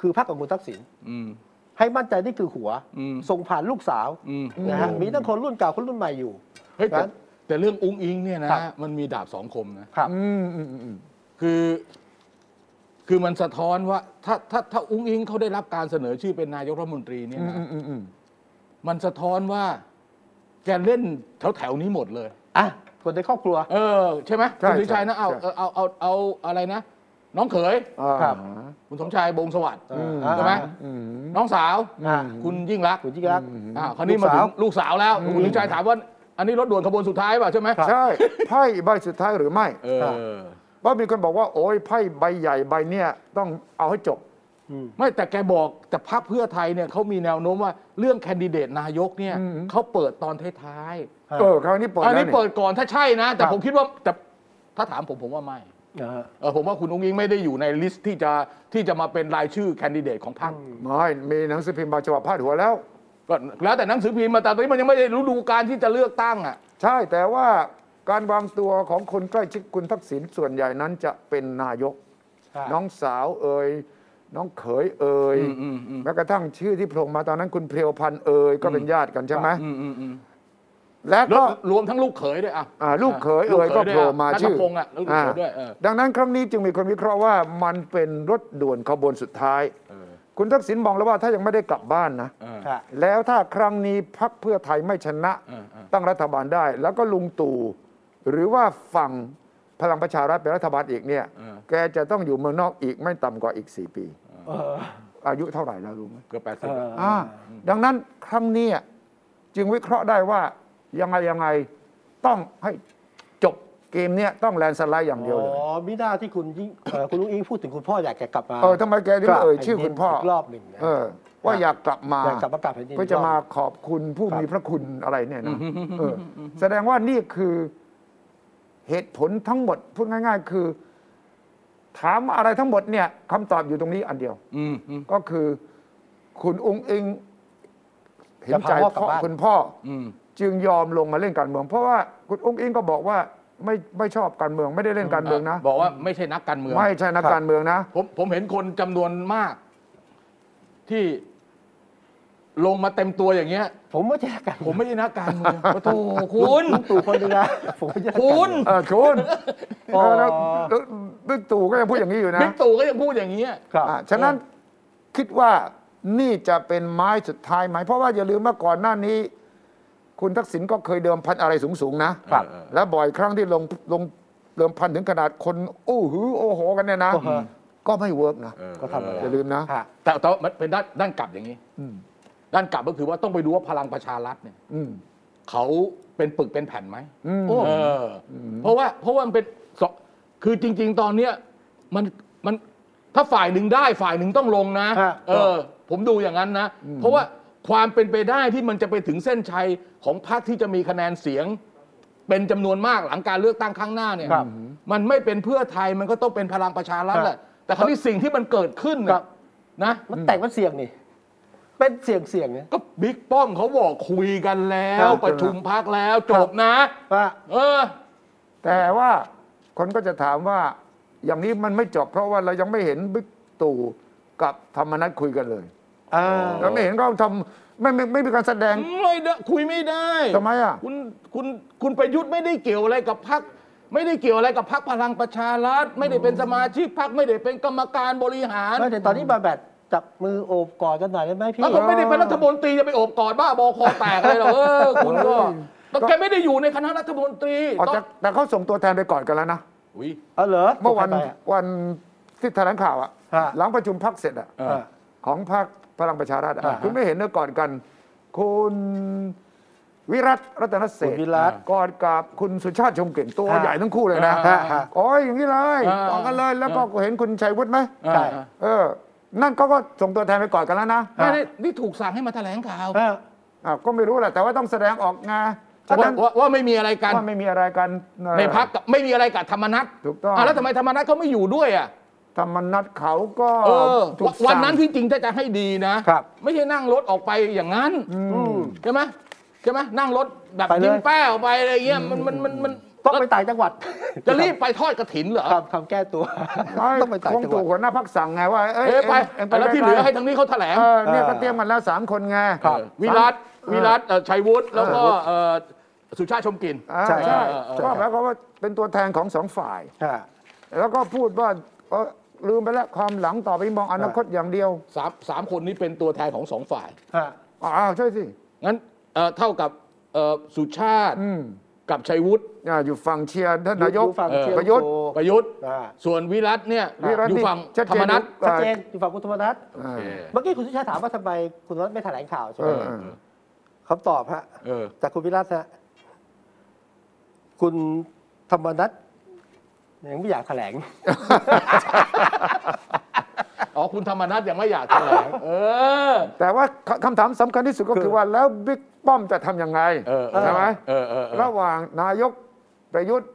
[SPEAKER 1] คือพักของคุณทักษิณ
[SPEAKER 2] อืม
[SPEAKER 1] ให้มั่นใจนี่คือหัว
[SPEAKER 2] อืม
[SPEAKER 1] ส่งผ่านลูกสาว
[SPEAKER 2] อืม
[SPEAKER 1] นะฮะมีทั้งคนรุ่นเก่าคนรุ่นใหม่อยู่
[SPEAKER 2] เฮ้ยแต่
[SPEAKER 1] ครับ
[SPEAKER 2] แต่เรื่องอุ้งอิงเนี่ยนะครับ มันมีดาบสองคมนะ
[SPEAKER 1] ครับ
[SPEAKER 3] อืมอืมอืมอืม
[SPEAKER 2] คือ คือมันสะท้อนว่า ถ้าถ้าถ้าอุ้งอิงเขาได้รับการเสนอชื่อเป็นนายกรัฐมนตรีเนี่ยนะ
[SPEAKER 3] อืมอืมอืม
[SPEAKER 2] มันสะท้อนว่า แกเล่นแถวแถวๆนี้หมดเลย
[SPEAKER 1] อ่ะคนในครอบครัว
[SPEAKER 2] เออ ใช่ไหมคุณสุชัยนะเอาเอาเอาเอาเอาอะไรนะ น้องเขย
[SPEAKER 3] อ่า
[SPEAKER 1] ครับ
[SPEAKER 2] คุณสมชายบงสวัสดิ์
[SPEAKER 1] อ่า
[SPEAKER 2] ใช่ไหม
[SPEAKER 3] อืม
[SPEAKER 2] น้องสาว
[SPEAKER 1] อ่า
[SPEAKER 2] คุณยิ่งรักษณ์
[SPEAKER 1] คุณยิ่งรักษณ์
[SPEAKER 2] อ่าคราวนี้มาถึงลูกสาวแล้ว คุณสุชัยถามว่า อันนี้รถด่วนขบวนสุดท้ายป่ะใช่ไหม
[SPEAKER 3] ใช่ไพ่ใบสุดท้ายหรือไม่
[SPEAKER 2] เออ
[SPEAKER 3] เพราะมีคนบอกว่าโอ้ยไพ่ใบใหญ่ใบเนี้ยต้องเอาให้จบ
[SPEAKER 1] อืม
[SPEAKER 2] ไม่แต่แกบอกแต่พรรคเพื่อไทยเนี่ยเขามีแนวโน้มว่าเรื่องแคนดิเดตนายกเนี่ย
[SPEAKER 3] อืม
[SPEAKER 2] เขาเปิดตอนท้าย
[SPEAKER 1] ครับ
[SPEAKER 3] เออคราวนี้เปิ
[SPEAKER 2] ๆ
[SPEAKER 3] ด
[SPEAKER 2] อัน
[SPEAKER 3] แล้ว
[SPEAKER 2] นี้
[SPEAKER 3] นี่
[SPEAKER 2] เปิดก่อนถ้าใช่นะ
[SPEAKER 1] ค
[SPEAKER 2] แต่
[SPEAKER 1] รับ
[SPEAKER 2] ผมคิดว่าแต่ถ้าถามผมผมว่าไม่
[SPEAKER 1] นะฮะ
[SPEAKER 2] เออผมว่าคุณองค์ยิงไม่ได้อยู่ในลิสต์ที่จะที่จะมาเป็นรายชื่อแคนดิเดตของพรรค
[SPEAKER 3] ไม่มีหนังสือพิมพ์บางฉบับพาดหัวแล้ว
[SPEAKER 2] ก็แล้วแต่หนังสือพิมพ์มาแต่ตอนนี้มันยังไม่ได้รู้ดูการที่จะเลือกตั้งอ่ะ
[SPEAKER 3] ใช่แต่ว่าการวางตัวของคนใกล้ชิดคุณทักษิณส่วนใหญ่นั้นจะเป็นนายก
[SPEAKER 1] ครับ
[SPEAKER 3] น้องสาวเอ่ย น้องเขยเอ่ย
[SPEAKER 2] อืมอืมอืม
[SPEAKER 3] แม้กระทั่งชื่อที่โผล่มาตอนนั้นคุณเพรียวพันธ์เอ่ยก็เป็นญาติกันใช่ไหม
[SPEAKER 2] อืมอืมอืม
[SPEAKER 3] และ
[SPEAKER 2] แล้ว
[SPEAKER 3] ก็
[SPEAKER 2] รวมทั้งลูกเขยด้วยอ่ะ
[SPEAKER 3] อ่าลูกเขยเอ่ยก็
[SPEAKER 2] ลู
[SPEAKER 3] โผล่มาชื่
[SPEAKER 2] อ
[SPEAKER 3] อ
[SPEAKER 2] นัทพงษ์อ่ะแล้วลูกเขยด้วยเออ
[SPEAKER 3] ดังนั้นครั้งนี้จึงมีคนวิเคราะห์ว่ามันเป็นรถด่วนขบวนสุดท้าย
[SPEAKER 2] เออ
[SPEAKER 3] คุณทักษิณมองแล้วว่าถ้ายังไม่ได้กลับบ้านนะ
[SPEAKER 2] เออ
[SPEAKER 1] ครับ
[SPEAKER 3] แล้วถ้าครั้งนี้พักเพื่อไทยไม่ชนะ
[SPEAKER 2] เออเออ
[SPEAKER 3] ตั้งรัฐบาลได้ แล้วก็ลุงตู่หรือว่าฝั่งพลังประชารัฐเป็นรัฐบาลอีกเนี่ย
[SPEAKER 2] เออ
[SPEAKER 3] แกจะต้องอยู่เมืองนอกอีกไม่ต่ำกว่าอีก 4 ปี
[SPEAKER 1] เออ
[SPEAKER 3] อายุเท่าไหร่แล้วรู้ไหม
[SPEAKER 2] เกือบแปด
[SPEAKER 1] เอ
[SPEAKER 2] สิบ
[SPEAKER 1] ออ
[SPEAKER 3] อ่าดังนั้นครั้งนี้อ่ะจึงวิเคราะห์ได้ว่ายังไงยังไงต้องให้จบเกมเนี้ยต้องแลนด์สไลด์อย่างเดียวเลย
[SPEAKER 1] อ๋อมิด้าที่คุณยิ่งเอ่อคุณลุงอิงพูดถึงคุณพ่ออยากจะกลับมา
[SPEAKER 3] เออทำไมแกถึงเอ่ยชื่อคุณพ่อก
[SPEAKER 1] รอบหนึ่งนะ
[SPEAKER 3] เออ ว่าอยากกลับมา
[SPEAKER 1] อยากกลับมากลับแผ่นดิน
[SPEAKER 3] เพื่อจะมา
[SPEAKER 1] อีกรอบ
[SPEAKER 3] ขอบคุณผู้
[SPEAKER 1] ครับ
[SPEAKER 3] มีพระคุณอะไรเนี่ย นะเออแสดงว่านี่คือเหตุผลทั้งหมด พูดง่าย ๆ คือ ถามอะไรทั้งหมดเนี่ยคำตอบอยู่ตรงนี้อันเดียว
[SPEAKER 2] อืมอืม
[SPEAKER 3] ก็คือคุณองค์เองเห็นใจ
[SPEAKER 1] จะพาพ่อกลับ
[SPEAKER 3] พ่อ
[SPEAKER 1] บ้าน
[SPEAKER 3] คุณพ่อ
[SPEAKER 2] อืม
[SPEAKER 3] จึงยอมลงมาเล่นการเมือง เพราะว่าคุณองค์อิงก็บอกว่าไม่ไม่ชอบการเมืองไม่ได้เล่นการเมืองนะ
[SPEAKER 2] บอกว่าไม่ใช่นักการเมือง
[SPEAKER 3] ไม่ใช่นักการเมืองนะ
[SPEAKER 2] ผมผมเห็นคนจำนวนมาก ที่ลงมาเต็มตัวอย่างเงี้ย
[SPEAKER 1] ผมไม่ใช่นักการ
[SPEAKER 2] ผมไม่ใช่นักการเมื องโอ้โธ่
[SPEAKER 1] ลุง
[SPEAKER 2] คุณ
[SPEAKER 1] ลุงตู่คนหนึงนะผมไม่ใช่นักการ
[SPEAKER 2] คุณ
[SPEAKER 3] เออคุณ
[SPEAKER 1] อ๋อ
[SPEAKER 3] เออแล้วแล้วบิ๊กตู่ก็ยังพูดอย่างนี้อยู่นะ
[SPEAKER 2] บิ๊กตู่ก็ยังพูดอย่างเงี้ย
[SPEAKER 1] ครับ
[SPEAKER 3] อ่ะฉะนั้นคิดว่านี่จะเป็นไม้สุดท้ายไหม เพราะว่าอย่าลืมว่าก่อนหน้านี้ คุณทักษิณก็เคยเดิมพันอะไรสูงๆนะครับ และบ่อยครั้งที่ลงลงเดิมพันถึงขนาดคนโอ้หือโอ้โหกันเนี่ยนะ
[SPEAKER 1] ก็ฮะ
[SPEAKER 3] ก็ไม่เวิร์กนะ
[SPEAKER 1] ก็ทำอะไร
[SPEAKER 3] อย่าลืมนะ
[SPEAKER 1] ฮะ
[SPEAKER 2] แต่แต่ว่ามันเป็นด้านด้านกลับอย่างนี้ ด้านกลับก็คือว่าต้องไปดูว่าพลังประชารัฐเนี่ย
[SPEAKER 3] อืม
[SPEAKER 2] เขาเป็นปึกเป็นแผ่นไหม
[SPEAKER 3] อืม
[SPEAKER 1] โอ้
[SPEAKER 2] เอออเพราะว่าเพราะว่ามันเป็นสองคือจริง ๆ ตอนเนี้ยมันมันถ้าฝ่ายหนึ่งได้ฝ่ายหนึ่งต้องลงนะ
[SPEAKER 1] ฮะ
[SPEAKER 2] เออ ผมดูอย่างนั้นนะ เพราะว่าความเป็นไปได้ที่มันจะไปถึงเส้นชัยของพรรคที่จะมีคะแนนเสียง เป็นจำนวนมากหลังการเลือกตั้งครั้งหน้าเนี่ย
[SPEAKER 1] ครับ
[SPEAKER 2] มันไม่เป็นเพื่อไทยมันก็ต้องเป็นพลังประชารัฐแหละแต่คราวนี้สิ่งที่มันเกิดขึ้น
[SPEAKER 1] ครั
[SPEAKER 2] น่ะ
[SPEAKER 1] บ
[SPEAKER 2] นะ
[SPEAKER 1] มันแต่งมันเสี่ยงนี่เป็นเสี่ยงเสี่ยงๆนะ
[SPEAKER 2] ก็บิ๊กป้อมเขาบอกคุยกันแล้
[SPEAKER 1] ครั
[SPEAKER 2] ว
[SPEAKER 1] บ
[SPEAKER 2] ประชุมพักแล้วจบนะ
[SPEAKER 1] ว่า
[SPEAKER 2] เออ
[SPEAKER 3] แต่ว่าคนก็จะถามว่าอย่างนี้มันไม่จบเพราะว่าเรายังไม่เห็นบิ๊กตู่กับธรรมนัฐคุยกันเลย
[SPEAKER 1] อ่า
[SPEAKER 3] เราไม่เห็นเขาทำไม่ไม่ไม่มีการแสดง
[SPEAKER 2] ไม่ได้คุยไม่ได้
[SPEAKER 3] ทำไมอ่ะ
[SPEAKER 2] คุณคุณคุณประยุทธ์ไม่ได้เกี่ยวอะไรกับพัก ไม่ได้เกี่ยวอะไรกับพักพลังประชารัฐ ไม่ได้เป็นสมาชิกพักไม่ได้เป็นกรรมการบริหาร
[SPEAKER 1] ไม่แต่ตอนนี้มาแบบจับมือโอบกอดกันหน่อยได้ไหมพี่
[SPEAKER 2] แล้วก็ไม่ได้เป็นรัฐมนตรีจะไปโอบกอดบ้าบอคอแตกอะไรหรอกเออคุณก็แต่แกไม่ได้อยู่ในคณะรัฐมนตรี
[SPEAKER 3] อ๋อ
[SPEAKER 2] ต้อง
[SPEAKER 3] แต่แต่เขาส่งตัวแทนไปก่อนกันแล้วนะ
[SPEAKER 2] อุ๊ย
[SPEAKER 1] เออเหรอ
[SPEAKER 3] เมื่อวัน
[SPEAKER 1] ส่งใครไปอะ
[SPEAKER 3] วันที่แถลงข่าวอ่ะ
[SPEAKER 1] ฮะ
[SPEAKER 3] หลังประชุมพักเสร็จอ่ะ
[SPEAKER 2] เออ
[SPEAKER 1] อ่า
[SPEAKER 3] ของพรรคพลังประชารัฐอะ
[SPEAKER 1] อ่าฮะ
[SPEAKER 3] คุณไม่เห็นเนื้อก่อนกัน คุณวิรัตรัตนเศรษ
[SPEAKER 1] คุณ
[SPEAKER 3] ฐ์
[SPEAKER 1] วิรัติ
[SPEAKER 3] ก่อนกับคุณสุชาติชมเก่งตัว
[SPEAKER 1] ฮะ
[SPEAKER 3] ใหญ่ทั้งคู่เลยนะ
[SPEAKER 2] อ่า
[SPEAKER 1] ฮะ
[SPEAKER 3] โอ้ยอย่างนี้เลย
[SPEAKER 2] อ่า
[SPEAKER 3] ต่อกันเลยแล้วก็เห็นคุณชัยวุฒิไหม
[SPEAKER 1] ใช่
[SPEAKER 2] อ่า
[SPEAKER 3] เออ นั่นเขาก็ส่งตัวแทนไปก่อนกันแล้วนะ
[SPEAKER 2] ไม่ได้นี่ถูกสั่งให้มาแถลงข่าว
[SPEAKER 1] อ่า
[SPEAKER 3] อ้าวก็ไม่รู้แหละ แต่ว่าต้องแสดงออกไงฉะ
[SPEAKER 2] ว่า
[SPEAKER 3] นั้น
[SPEAKER 2] ว่าว่าไม่มีอะไรกัน
[SPEAKER 3] ว่าไม่มีอะไรกันเอ่อ
[SPEAKER 2] ในพักไม่มีอะไรกับธรรมนัต
[SPEAKER 3] ถูกต้อง
[SPEAKER 2] แล้วทำไมธรรมนัตเขาไม่อยู่ด้วยอ่ะ
[SPEAKER 3] ธรรมนัตเขาก็
[SPEAKER 2] เออ
[SPEAKER 3] ถูก
[SPEAKER 2] ว
[SPEAKER 3] สั่ง
[SPEAKER 2] วันนั้นที่จริงถ้าจะให้ดีนะ
[SPEAKER 1] ครับ
[SPEAKER 2] ไม่ใช่นั่งรถออกไปอย่างนั้น
[SPEAKER 1] ม
[SPEAKER 2] ใช่ไหมใช่ไหมนั่งรถแบบ
[SPEAKER 1] ไปเลย
[SPEAKER 2] ยิ้มแป้วไปอะไรเงี้ยมันมันมันมัน
[SPEAKER 1] ต้องไปต่างจังหวัด
[SPEAKER 2] จะรีบไปทอดกระถินเหรอ
[SPEAKER 1] คำคำแก้ตัว
[SPEAKER 3] ไม่
[SPEAKER 1] ต้องไปต่าง
[SPEAKER 3] คง
[SPEAKER 1] จังห
[SPEAKER 3] ถู
[SPEAKER 1] วั
[SPEAKER 3] ก
[SPEAKER 1] ด
[SPEAKER 3] หัวหน้าพักสั่งไงว่าเอ้ย
[SPEAKER 2] เอ้ยไป
[SPEAKER 3] เง
[SPEAKER 2] แล้วที่เหลือให้ทางนี้เขาแถลง
[SPEAKER 3] เออเนี่ยก็เตรียมกันแล้วสามคนไง
[SPEAKER 2] เออวิรัตวิรัตเอ่อชัยวุฒิแล้วก็เอ่อสุชาติชมกลิน
[SPEAKER 3] อ่า
[SPEAKER 1] ใช่
[SPEAKER 3] ใช่ใช่
[SPEAKER 2] เออ
[SPEAKER 3] ก็หมายความว่าเป็นตัวแทนของสองฝ่าย
[SPEAKER 1] ฮะ
[SPEAKER 3] แล้วก็พูดว่าเออลืมไปแล้วความหลังต่อไปมองอนาคตอย่างเดียว
[SPEAKER 2] สามสามคนนี้เป็นตัวแทนของสองฝ่าย
[SPEAKER 1] ฮะ
[SPEAKER 3] อ้าวใช่สิ
[SPEAKER 2] งั้นเอ่อเท่ากับเอ่อสุชาติ
[SPEAKER 3] อืม
[SPEAKER 2] กับชัยวุฒิ
[SPEAKER 3] อ่าอยู่ฝั่งเชียร์ท่านนายก
[SPEAKER 1] อยู่ฝั่ง
[SPEAKER 2] เออ
[SPEAKER 1] เชียง
[SPEAKER 3] ประยุทธ์
[SPEAKER 1] โก
[SPEAKER 2] ประยุทธ์
[SPEAKER 1] อ่า
[SPEAKER 2] ส่วนวิรัตเนี่ย
[SPEAKER 3] วิรัติ
[SPEAKER 2] อยู่
[SPEAKER 3] นี่
[SPEAKER 2] ฝั่ง
[SPEAKER 3] ชัด
[SPEAKER 2] ธร
[SPEAKER 3] เจน
[SPEAKER 2] รมนัต
[SPEAKER 3] อ่า
[SPEAKER 1] ชัดเจนอยู่ฝั่งคุณธรรมนัฐ
[SPEAKER 3] อ่า
[SPEAKER 1] เมื่อกี้คุณสุชาติถามว่าทำไมคุณธรรมนัฐไม่แถลงข่าวใช่ไหม
[SPEAKER 3] เออเออ
[SPEAKER 1] คำตอบฮะ
[SPEAKER 2] เออ
[SPEAKER 1] จากคุณวิรัตฮะคุณธรรมนัฐยังไม่อยากแถลง
[SPEAKER 2] อ๋อ คุณธรรมนัฐยังไม่อยากแถลงเออ
[SPEAKER 3] แต่ว่าคคำถามสำคัญที่สุดก็
[SPEAKER 1] คื
[SPEAKER 3] คือ อว่าแล้วบิ๊กป้อมจะทำยังไง
[SPEAKER 2] เออเออ
[SPEAKER 3] ใช่ไหม
[SPEAKER 2] เออเออเออ
[SPEAKER 3] ระหว่างนายกประยุทธ์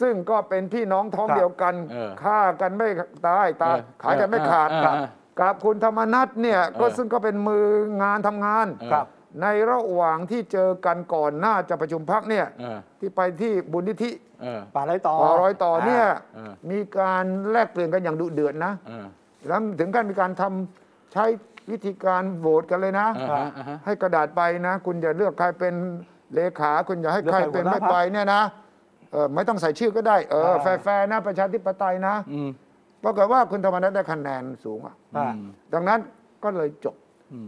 [SPEAKER 3] ซึ่งก็เป็นพี่น้องท้องเดียวกัน
[SPEAKER 2] เออ
[SPEAKER 3] ฆ่ากันไม่ตายตาย
[SPEAKER 2] เออ
[SPEAKER 3] ขายกันไม่ขาด
[SPEAKER 2] เออเออ
[SPEAKER 3] ครับ
[SPEAKER 2] เออ
[SPEAKER 3] กับคุณธรรมนัฐเนี่ยก็
[SPEAKER 2] เออ
[SPEAKER 3] ซึ่งก็เป็นมืองานทำงาน
[SPEAKER 2] เออ
[SPEAKER 3] ครับ ในระหว่างที่เจอกันก่อนหน้าจะประชุมพักเนี่ย
[SPEAKER 2] เออ
[SPEAKER 3] ที่ไปที่บุญนิธิ
[SPEAKER 2] เออ
[SPEAKER 1] ป่าร้อยต่อ
[SPEAKER 3] อร้อยต่อเนี่ย
[SPEAKER 2] เออ
[SPEAKER 3] มีการแลกเปลี่ยนกันอย่างดุเดือดนะ
[SPEAKER 2] เออ
[SPEAKER 3] แล้วถึงขั้นมีการทำใช้วิธีการโหวตกันเลยนะ
[SPEAKER 2] อ่าฮะอ่าฮะ
[SPEAKER 3] ให้กระดาษไปนะ คุณอย่าเลือกใครเป็นเลขา คุณอย่าให้ใครเป็น
[SPEAKER 1] เลือกใครหัวหน้าพร
[SPEAKER 3] ไม่
[SPEAKER 1] รค
[SPEAKER 3] ไปเนี่ยนะเออไม่ต้องใส่ชื่อก็ได้เออ
[SPEAKER 1] อ่า
[SPEAKER 3] แฟร์ๆนะประชาธิปไตยนะ
[SPEAKER 2] อืม
[SPEAKER 3] ปรากฏว่าคุณธรรมนัฐได้คะแนนสูงอ่ะ
[SPEAKER 1] อ่า
[SPEAKER 3] ดังนั้นก็เลยจบ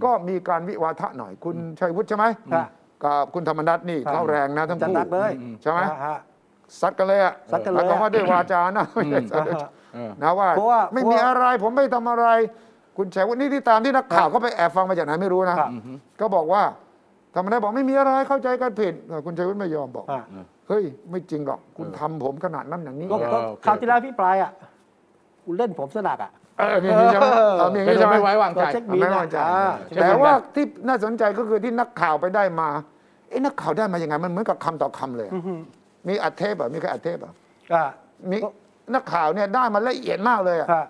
[SPEAKER 3] ก็มีการวิวาทะหน่อยคุณชัยวุฒิใช่ไหม
[SPEAKER 1] ครับ
[SPEAKER 3] กับคุณธรรมนัฐนี่เข้าแรงนะทั้ง
[SPEAKER 1] จัด
[SPEAKER 3] คู่
[SPEAKER 1] นัดเลย
[SPEAKER 3] ใช่ไหม
[SPEAKER 1] ฮะ
[SPEAKER 3] ซัดกันเลยอะ
[SPEAKER 1] ซัดกันเลยอะ
[SPEAKER 3] แวว่าด้วยวาจานะไม่ใช่ซัด
[SPEAKER 1] อ่า
[SPEAKER 3] ด้วย
[SPEAKER 1] ฮะ
[SPEAKER 2] เออ
[SPEAKER 3] นะว่า
[SPEAKER 1] เพราะว่า
[SPEAKER 3] ไม่มีอะไรผมไม่ทำอะไร คุณชัยวุฒินี่ที่ตามที่นักข่าวก็ไปแอบฟังมาจากไหนไม่รู้นะ
[SPEAKER 1] ครับ
[SPEAKER 3] ก็บอกว่าธรรมนัฐบอกไม่มีอะไรเข้าใจกันผิดเออคุณชัยวุฒิไม่ยอมบอก
[SPEAKER 1] อ่า
[SPEAKER 3] เฮ้ย ไม่จริงหรอกคุณทำผมขนาดนั้นอย่างนี้
[SPEAKER 1] ก็
[SPEAKER 2] เออ
[SPEAKER 1] ก็
[SPEAKER 2] โอเค
[SPEAKER 1] คราวที่แล้วพี่ปลายอ่ะกูเล่นผมสนักอ่ะ
[SPEAKER 3] เออมีอย่างนี้ใช่ไหมเออมีอย่างนี้ใช่ไหม
[SPEAKER 2] ไม่ไว้วางใจ
[SPEAKER 1] เช็ค
[SPEAKER 3] อ่ะ
[SPEAKER 1] บิน
[SPEAKER 3] ไม่
[SPEAKER 1] อ่ะ
[SPEAKER 3] วางใจ
[SPEAKER 1] อ่า
[SPEAKER 2] ใช่
[SPEAKER 3] แต่ว่าที่น่าสนใจก็คือที่นักข่าวไปได้มาเอ้นักข่าวได้มายังไงมันเหมือนกับคำต่อคำเลยอะ
[SPEAKER 1] อือฮึ
[SPEAKER 3] มีอัดเทปเหรอ่ะมีใครอัดเทปเหรอ่ะ
[SPEAKER 1] อ่า
[SPEAKER 3] มีนักข่าวเนี่ยได้มาละเอียดมากเลยอะ
[SPEAKER 1] ฮะ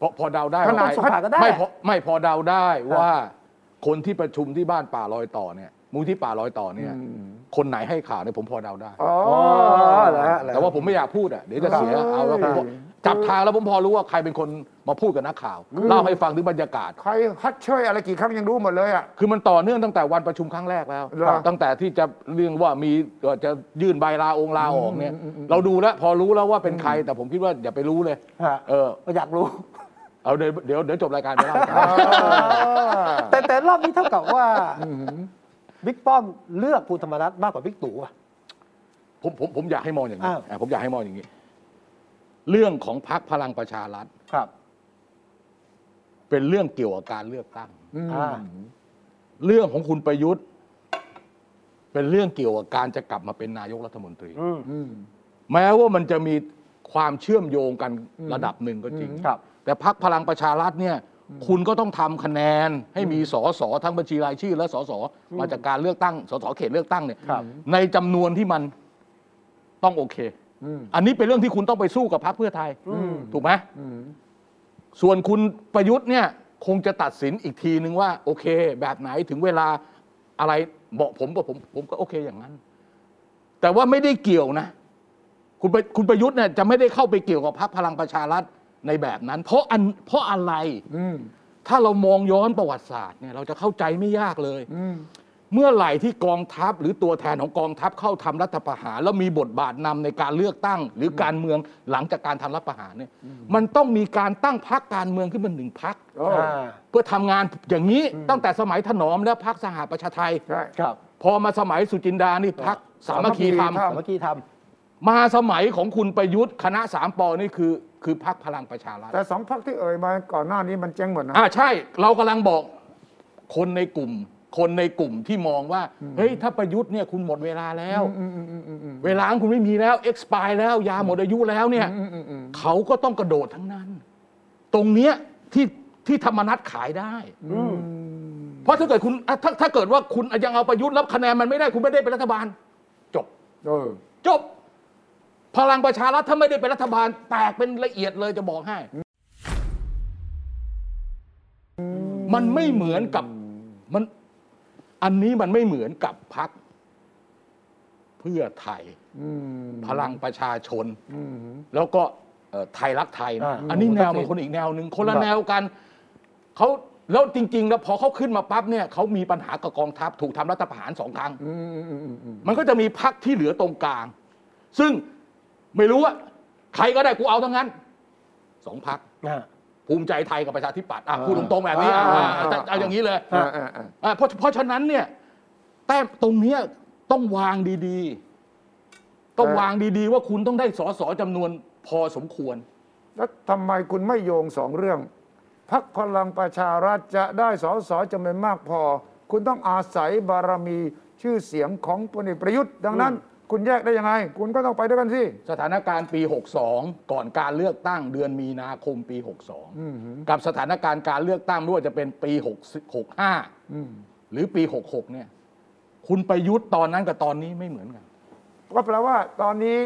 [SPEAKER 2] พอพอเดาได้
[SPEAKER 3] ขนาด
[SPEAKER 2] ว่
[SPEAKER 3] สงขลาก็ได้
[SPEAKER 2] ไม่พอไม่พอเดาได้ว่า คนที่ประชุมที่บ้านป่าลอยต่อเนี่ยมูลที่ป่าลอยต่อเนี่ย คนไหนให้ข่าวเนี่ยผมพอเดาได้
[SPEAKER 3] อ๋อ
[SPEAKER 1] เหรอฮะเหรอ
[SPEAKER 2] แต่ว่าผมไม่อยากพูดอ่ะเดี๋ยวจะเสีย
[SPEAKER 3] เออ
[SPEAKER 2] เอาแล้วผมว่าจับทางแล้วผมพอรู้ว่าใครเป็นคนมาพูดกับนักข่าวเล่าให้ฟังถึงบรรยากาศ
[SPEAKER 3] ใครฮัดช่วยอะไรกี่ครั้งยังรู้หมดเลยอ่ะ
[SPEAKER 2] คือมันต่อเนื่องตั้งแต่วันประชุมครั้งแรกแล้ว
[SPEAKER 3] เหรอ
[SPEAKER 2] ตั้งแต่ที่จะเรื่องว่ามีเอ่อจะยื่นใบลาองค์ลาออกเนี่ย เราดูแล้วพอรู้แล้วว่าเป็นใคร แต่ผมคิดว่าอย่าไปรู้เลย
[SPEAKER 1] ฮะ
[SPEAKER 2] เออ
[SPEAKER 1] ก็อยากรู้
[SPEAKER 2] เอาเดี๋ยวเดี๋ยวเดี๋ยวจบรายการไปเล่า
[SPEAKER 1] แต่แต่รอบนี้เท่ากับว่าบิ๊กป้อมเลือกคุณธรรมนัฐมากกว่าบิ๊กตู่ป่ะ
[SPEAKER 2] ผมผมผมอยากให้มองอย่างนี้
[SPEAKER 1] อ้าว
[SPEAKER 2] อ่ะผมอยากให้มองอย่างนี้ เรื่องของพรรคพลังประชารัฐ
[SPEAKER 1] ครับ
[SPEAKER 2] เป็นเรื่องเกี่ยวกับการเลือกตั้ง
[SPEAKER 1] อ่า
[SPEAKER 2] เรื่องของคุณประยุทธ์ เป็นเรื่องเกี่ยวกับการจะกลับมาเป็นนายกรัฐมนตรี
[SPEAKER 1] อืม
[SPEAKER 2] แม้ว่ามันจะมีความเชื่อมโยงกันระดับหนึ่งก็จริง
[SPEAKER 1] อืมครับ
[SPEAKER 2] แต่พักพลังประชารัฐเนี่ย คุณก็ต้องทำคะแนนให้มีสอสอทั้งบัญชีรายชื่อ และสอสอมาจากการเลือกตั้งสอสอเขตเลือกตั้งเนี่ย
[SPEAKER 1] ครับ
[SPEAKER 2] ในจำนวนที่มันต้องโอเค
[SPEAKER 3] อืม
[SPEAKER 2] อันนี้เป็นเรื่องที่คุณต้องไปสู้กับพรรคเพื่อไทย ถูกไหมส่วนคุณประยุทธ์เนี่ยคงจะตัดสินอีกทีนึงว่า โอเค แบบไหนถึงเวลาอะไรเหมาะผมกับผม ผมก็โอเคอย่างนั้น แต่ว่าไม่ได้เกี่ยวนะ คุณประคุณประยุทธ์เนี่ยจะไม่ได้เข้าไปเกี่ยวกับพรรคพลังประชารัฐในแบบนั้น เพราะอันเพราะอะไร ถ้าเรามองย้อนประวัติศาสตร์เนี่ยเราจะเข้าใจไม่ยากเลย เมื่อไหร่ที่กองทัพหรือตัวแทนของกองทัพเข้าทำรัฐประหารแล้วมีบทบาทนำในการเลือกตั้ง หรือการเมืองหลังจากการทำรัฐประหารเนี่ยมันต้องมีการตั้งพรรคการเมืองขึ้นมาหนึ่งพรรค
[SPEAKER 3] โอ้
[SPEAKER 1] อ่า
[SPEAKER 2] เพื่อทำงานอย่างนี้ตั้งแต่สมัยถนอมและพรรคสหประชาไทย
[SPEAKER 3] ใช่
[SPEAKER 1] ครับ
[SPEAKER 2] พอมาสมัยสุจินดานี่พรรคสามัคคีธรรม
[SPEAKER 3] สามัคคีธรร
[SPEAKER 1] เมื่อกี้ท
[SPEAKER 2] มาสมัยของคุณประยุทธ์คณะสามปอนี่คือคือพรรคพลังประชารัฐ
[SPEAKER 3] แต่สองพักที่เอ่ยมาก่อนหน้านี้มันเจ๊งหมดนะ
[SPEAKER 2] อ่าใช่เรากำลังบอกคนในกลุ่ม คนในกลุ่มที่มองว่า เฮ้ย ถ้าประยุทธ์เนี่ยคุณหมดเวลาแล้ว เวลาของคุณไม่มีแล้ว expire แล้ว ยาหมดอายุแล้วเนี่ยเขาก็ต้องกระโดดทั้งนั้น ตรงเนี้ยที่ที่ธรรมนัตขายได้
[SPEAKER 1] ำอืม
[SPEAKER 2] เพราะถ้าเกิดคุณอ่ะถ้าถ้าเกิดว่าคุณยังเอาประยุทธ์รับคะแนนมันไม่ได้คุณไม่ได้เป็นรัฐบาล จบ
[SPEAKER 3] เออ
[SPEAKER 2] จบ พลังประชารัฐถ้าไม่ได้เป็นรัฐบาล แตกเป็นละเอียดเลยจะบอกให้ มันไม่เหมือนกับมัน อันนี้มันไม่เหมือนกับพักเพื่อไทย
[SPEAKER 3] อืม
[SPEAKER 2] พลังประชาชน แล้วก็เอ่อไทยรักไทยนะ
[SPEAKER 1] า
[SPEAKER 2] อันนี้แนวมันคนอีกแนวหนึ่งคนละแนวกันเขาแล้วจริง ๆ แล้วพอเขาขึ้นมาปั๊บเนี่ยเขามีปัญหากับกองทัพถูกทำรัฐประหารสองครั้ง
[SPEAKER 3] อืมอืมอืมอืมอืม
[SPEAKER 2] มันก็จะมีพักที่เหลือตรงกลาง ซึ่งไม่รู้ว่าใครก็ได้กูเอาทั้งนั้นสองพัก
[SPEAKER 1] อ่า
[SPEAKER 2] ภูมิใจไทยกับประชาธิปัตย์อ่ะพูดตรงๆแบบนี้อ่ะ
[SPEAKER 1] อ่า
[SPEAKER 2] อ่ะเอาอย่างนี้เลย
[SPEAKER 3] เออเออเออ
[SPEAKER 2] อ่ะเพราะเพราะฉะนั้นเนี่ยแต้มตรงเนี้ยต้องวางดีๆ ต้องวางดีๆ ว่าคุณต้องได้สอสอจำนวนพอสมควร
[SPEAKER 3] แล้วทำไมคุณไม่โยงสองเรื่องพักพลังประชารัฐจะได้สสจำนวนมากพอ คุณต้องอาศัยบารมีชื่อเสียงของพลเอกประยุทธ์ ดังนั้น คุณแยกได้ยังไง คุณก็ต้องไปด้วยกันสิ
[SPEAKER 2] สถานการณ์ปี 62 ก่อนการเลือกตั้งเดือนมีนาคมปี 62 กับสถานการณ์การเลือกตั้งไม่ว่าจะเป็นปี60 65 หรือปี 66 เนี่ย คุณประยุทธ์ตอนนั้นกับตอนนี้ไม่เหมือนกัน
[SPEAKER 3] ก็แปลว่าตอนนี้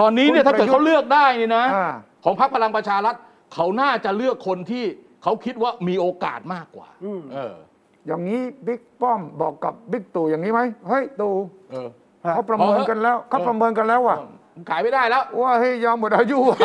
[SPEAKER 2] ตอนนี้เนี่ย
[SPEAKER 3] คุณ
[SPEAKER 2] ถ้า
[SPEAKER 3] ป
[SPEAKER 2] เกิด
[SPEAKER 3] ระยุทธ์
[SPEAKER 2] เขาเลือกได้เนี่ยนะ
[SPEAKER 3] อ่า
[SPEAKER 2] ของพรรคพลังประชารัฐเขาน่าจะเลือกคนที่เขาคิดว่ามีโอกาสมากกว่าเออ
[SPEAKER 3] อย่างนี้บิ๊กป้อมบอกกับบิ๊กตู่อย่างนี้ไหมเฮ้ยตู่
[SPEAKER 2] เออ
[SPEAKER 3] เขาประเมินกันแล้วเขาประเมินกันแล้วว่ะ
[SPEAKER 2] ขายไม่ได้แล้ว
[SPEAKER 3] ว่าเฮ้ยยอมหมดอายุว่ะ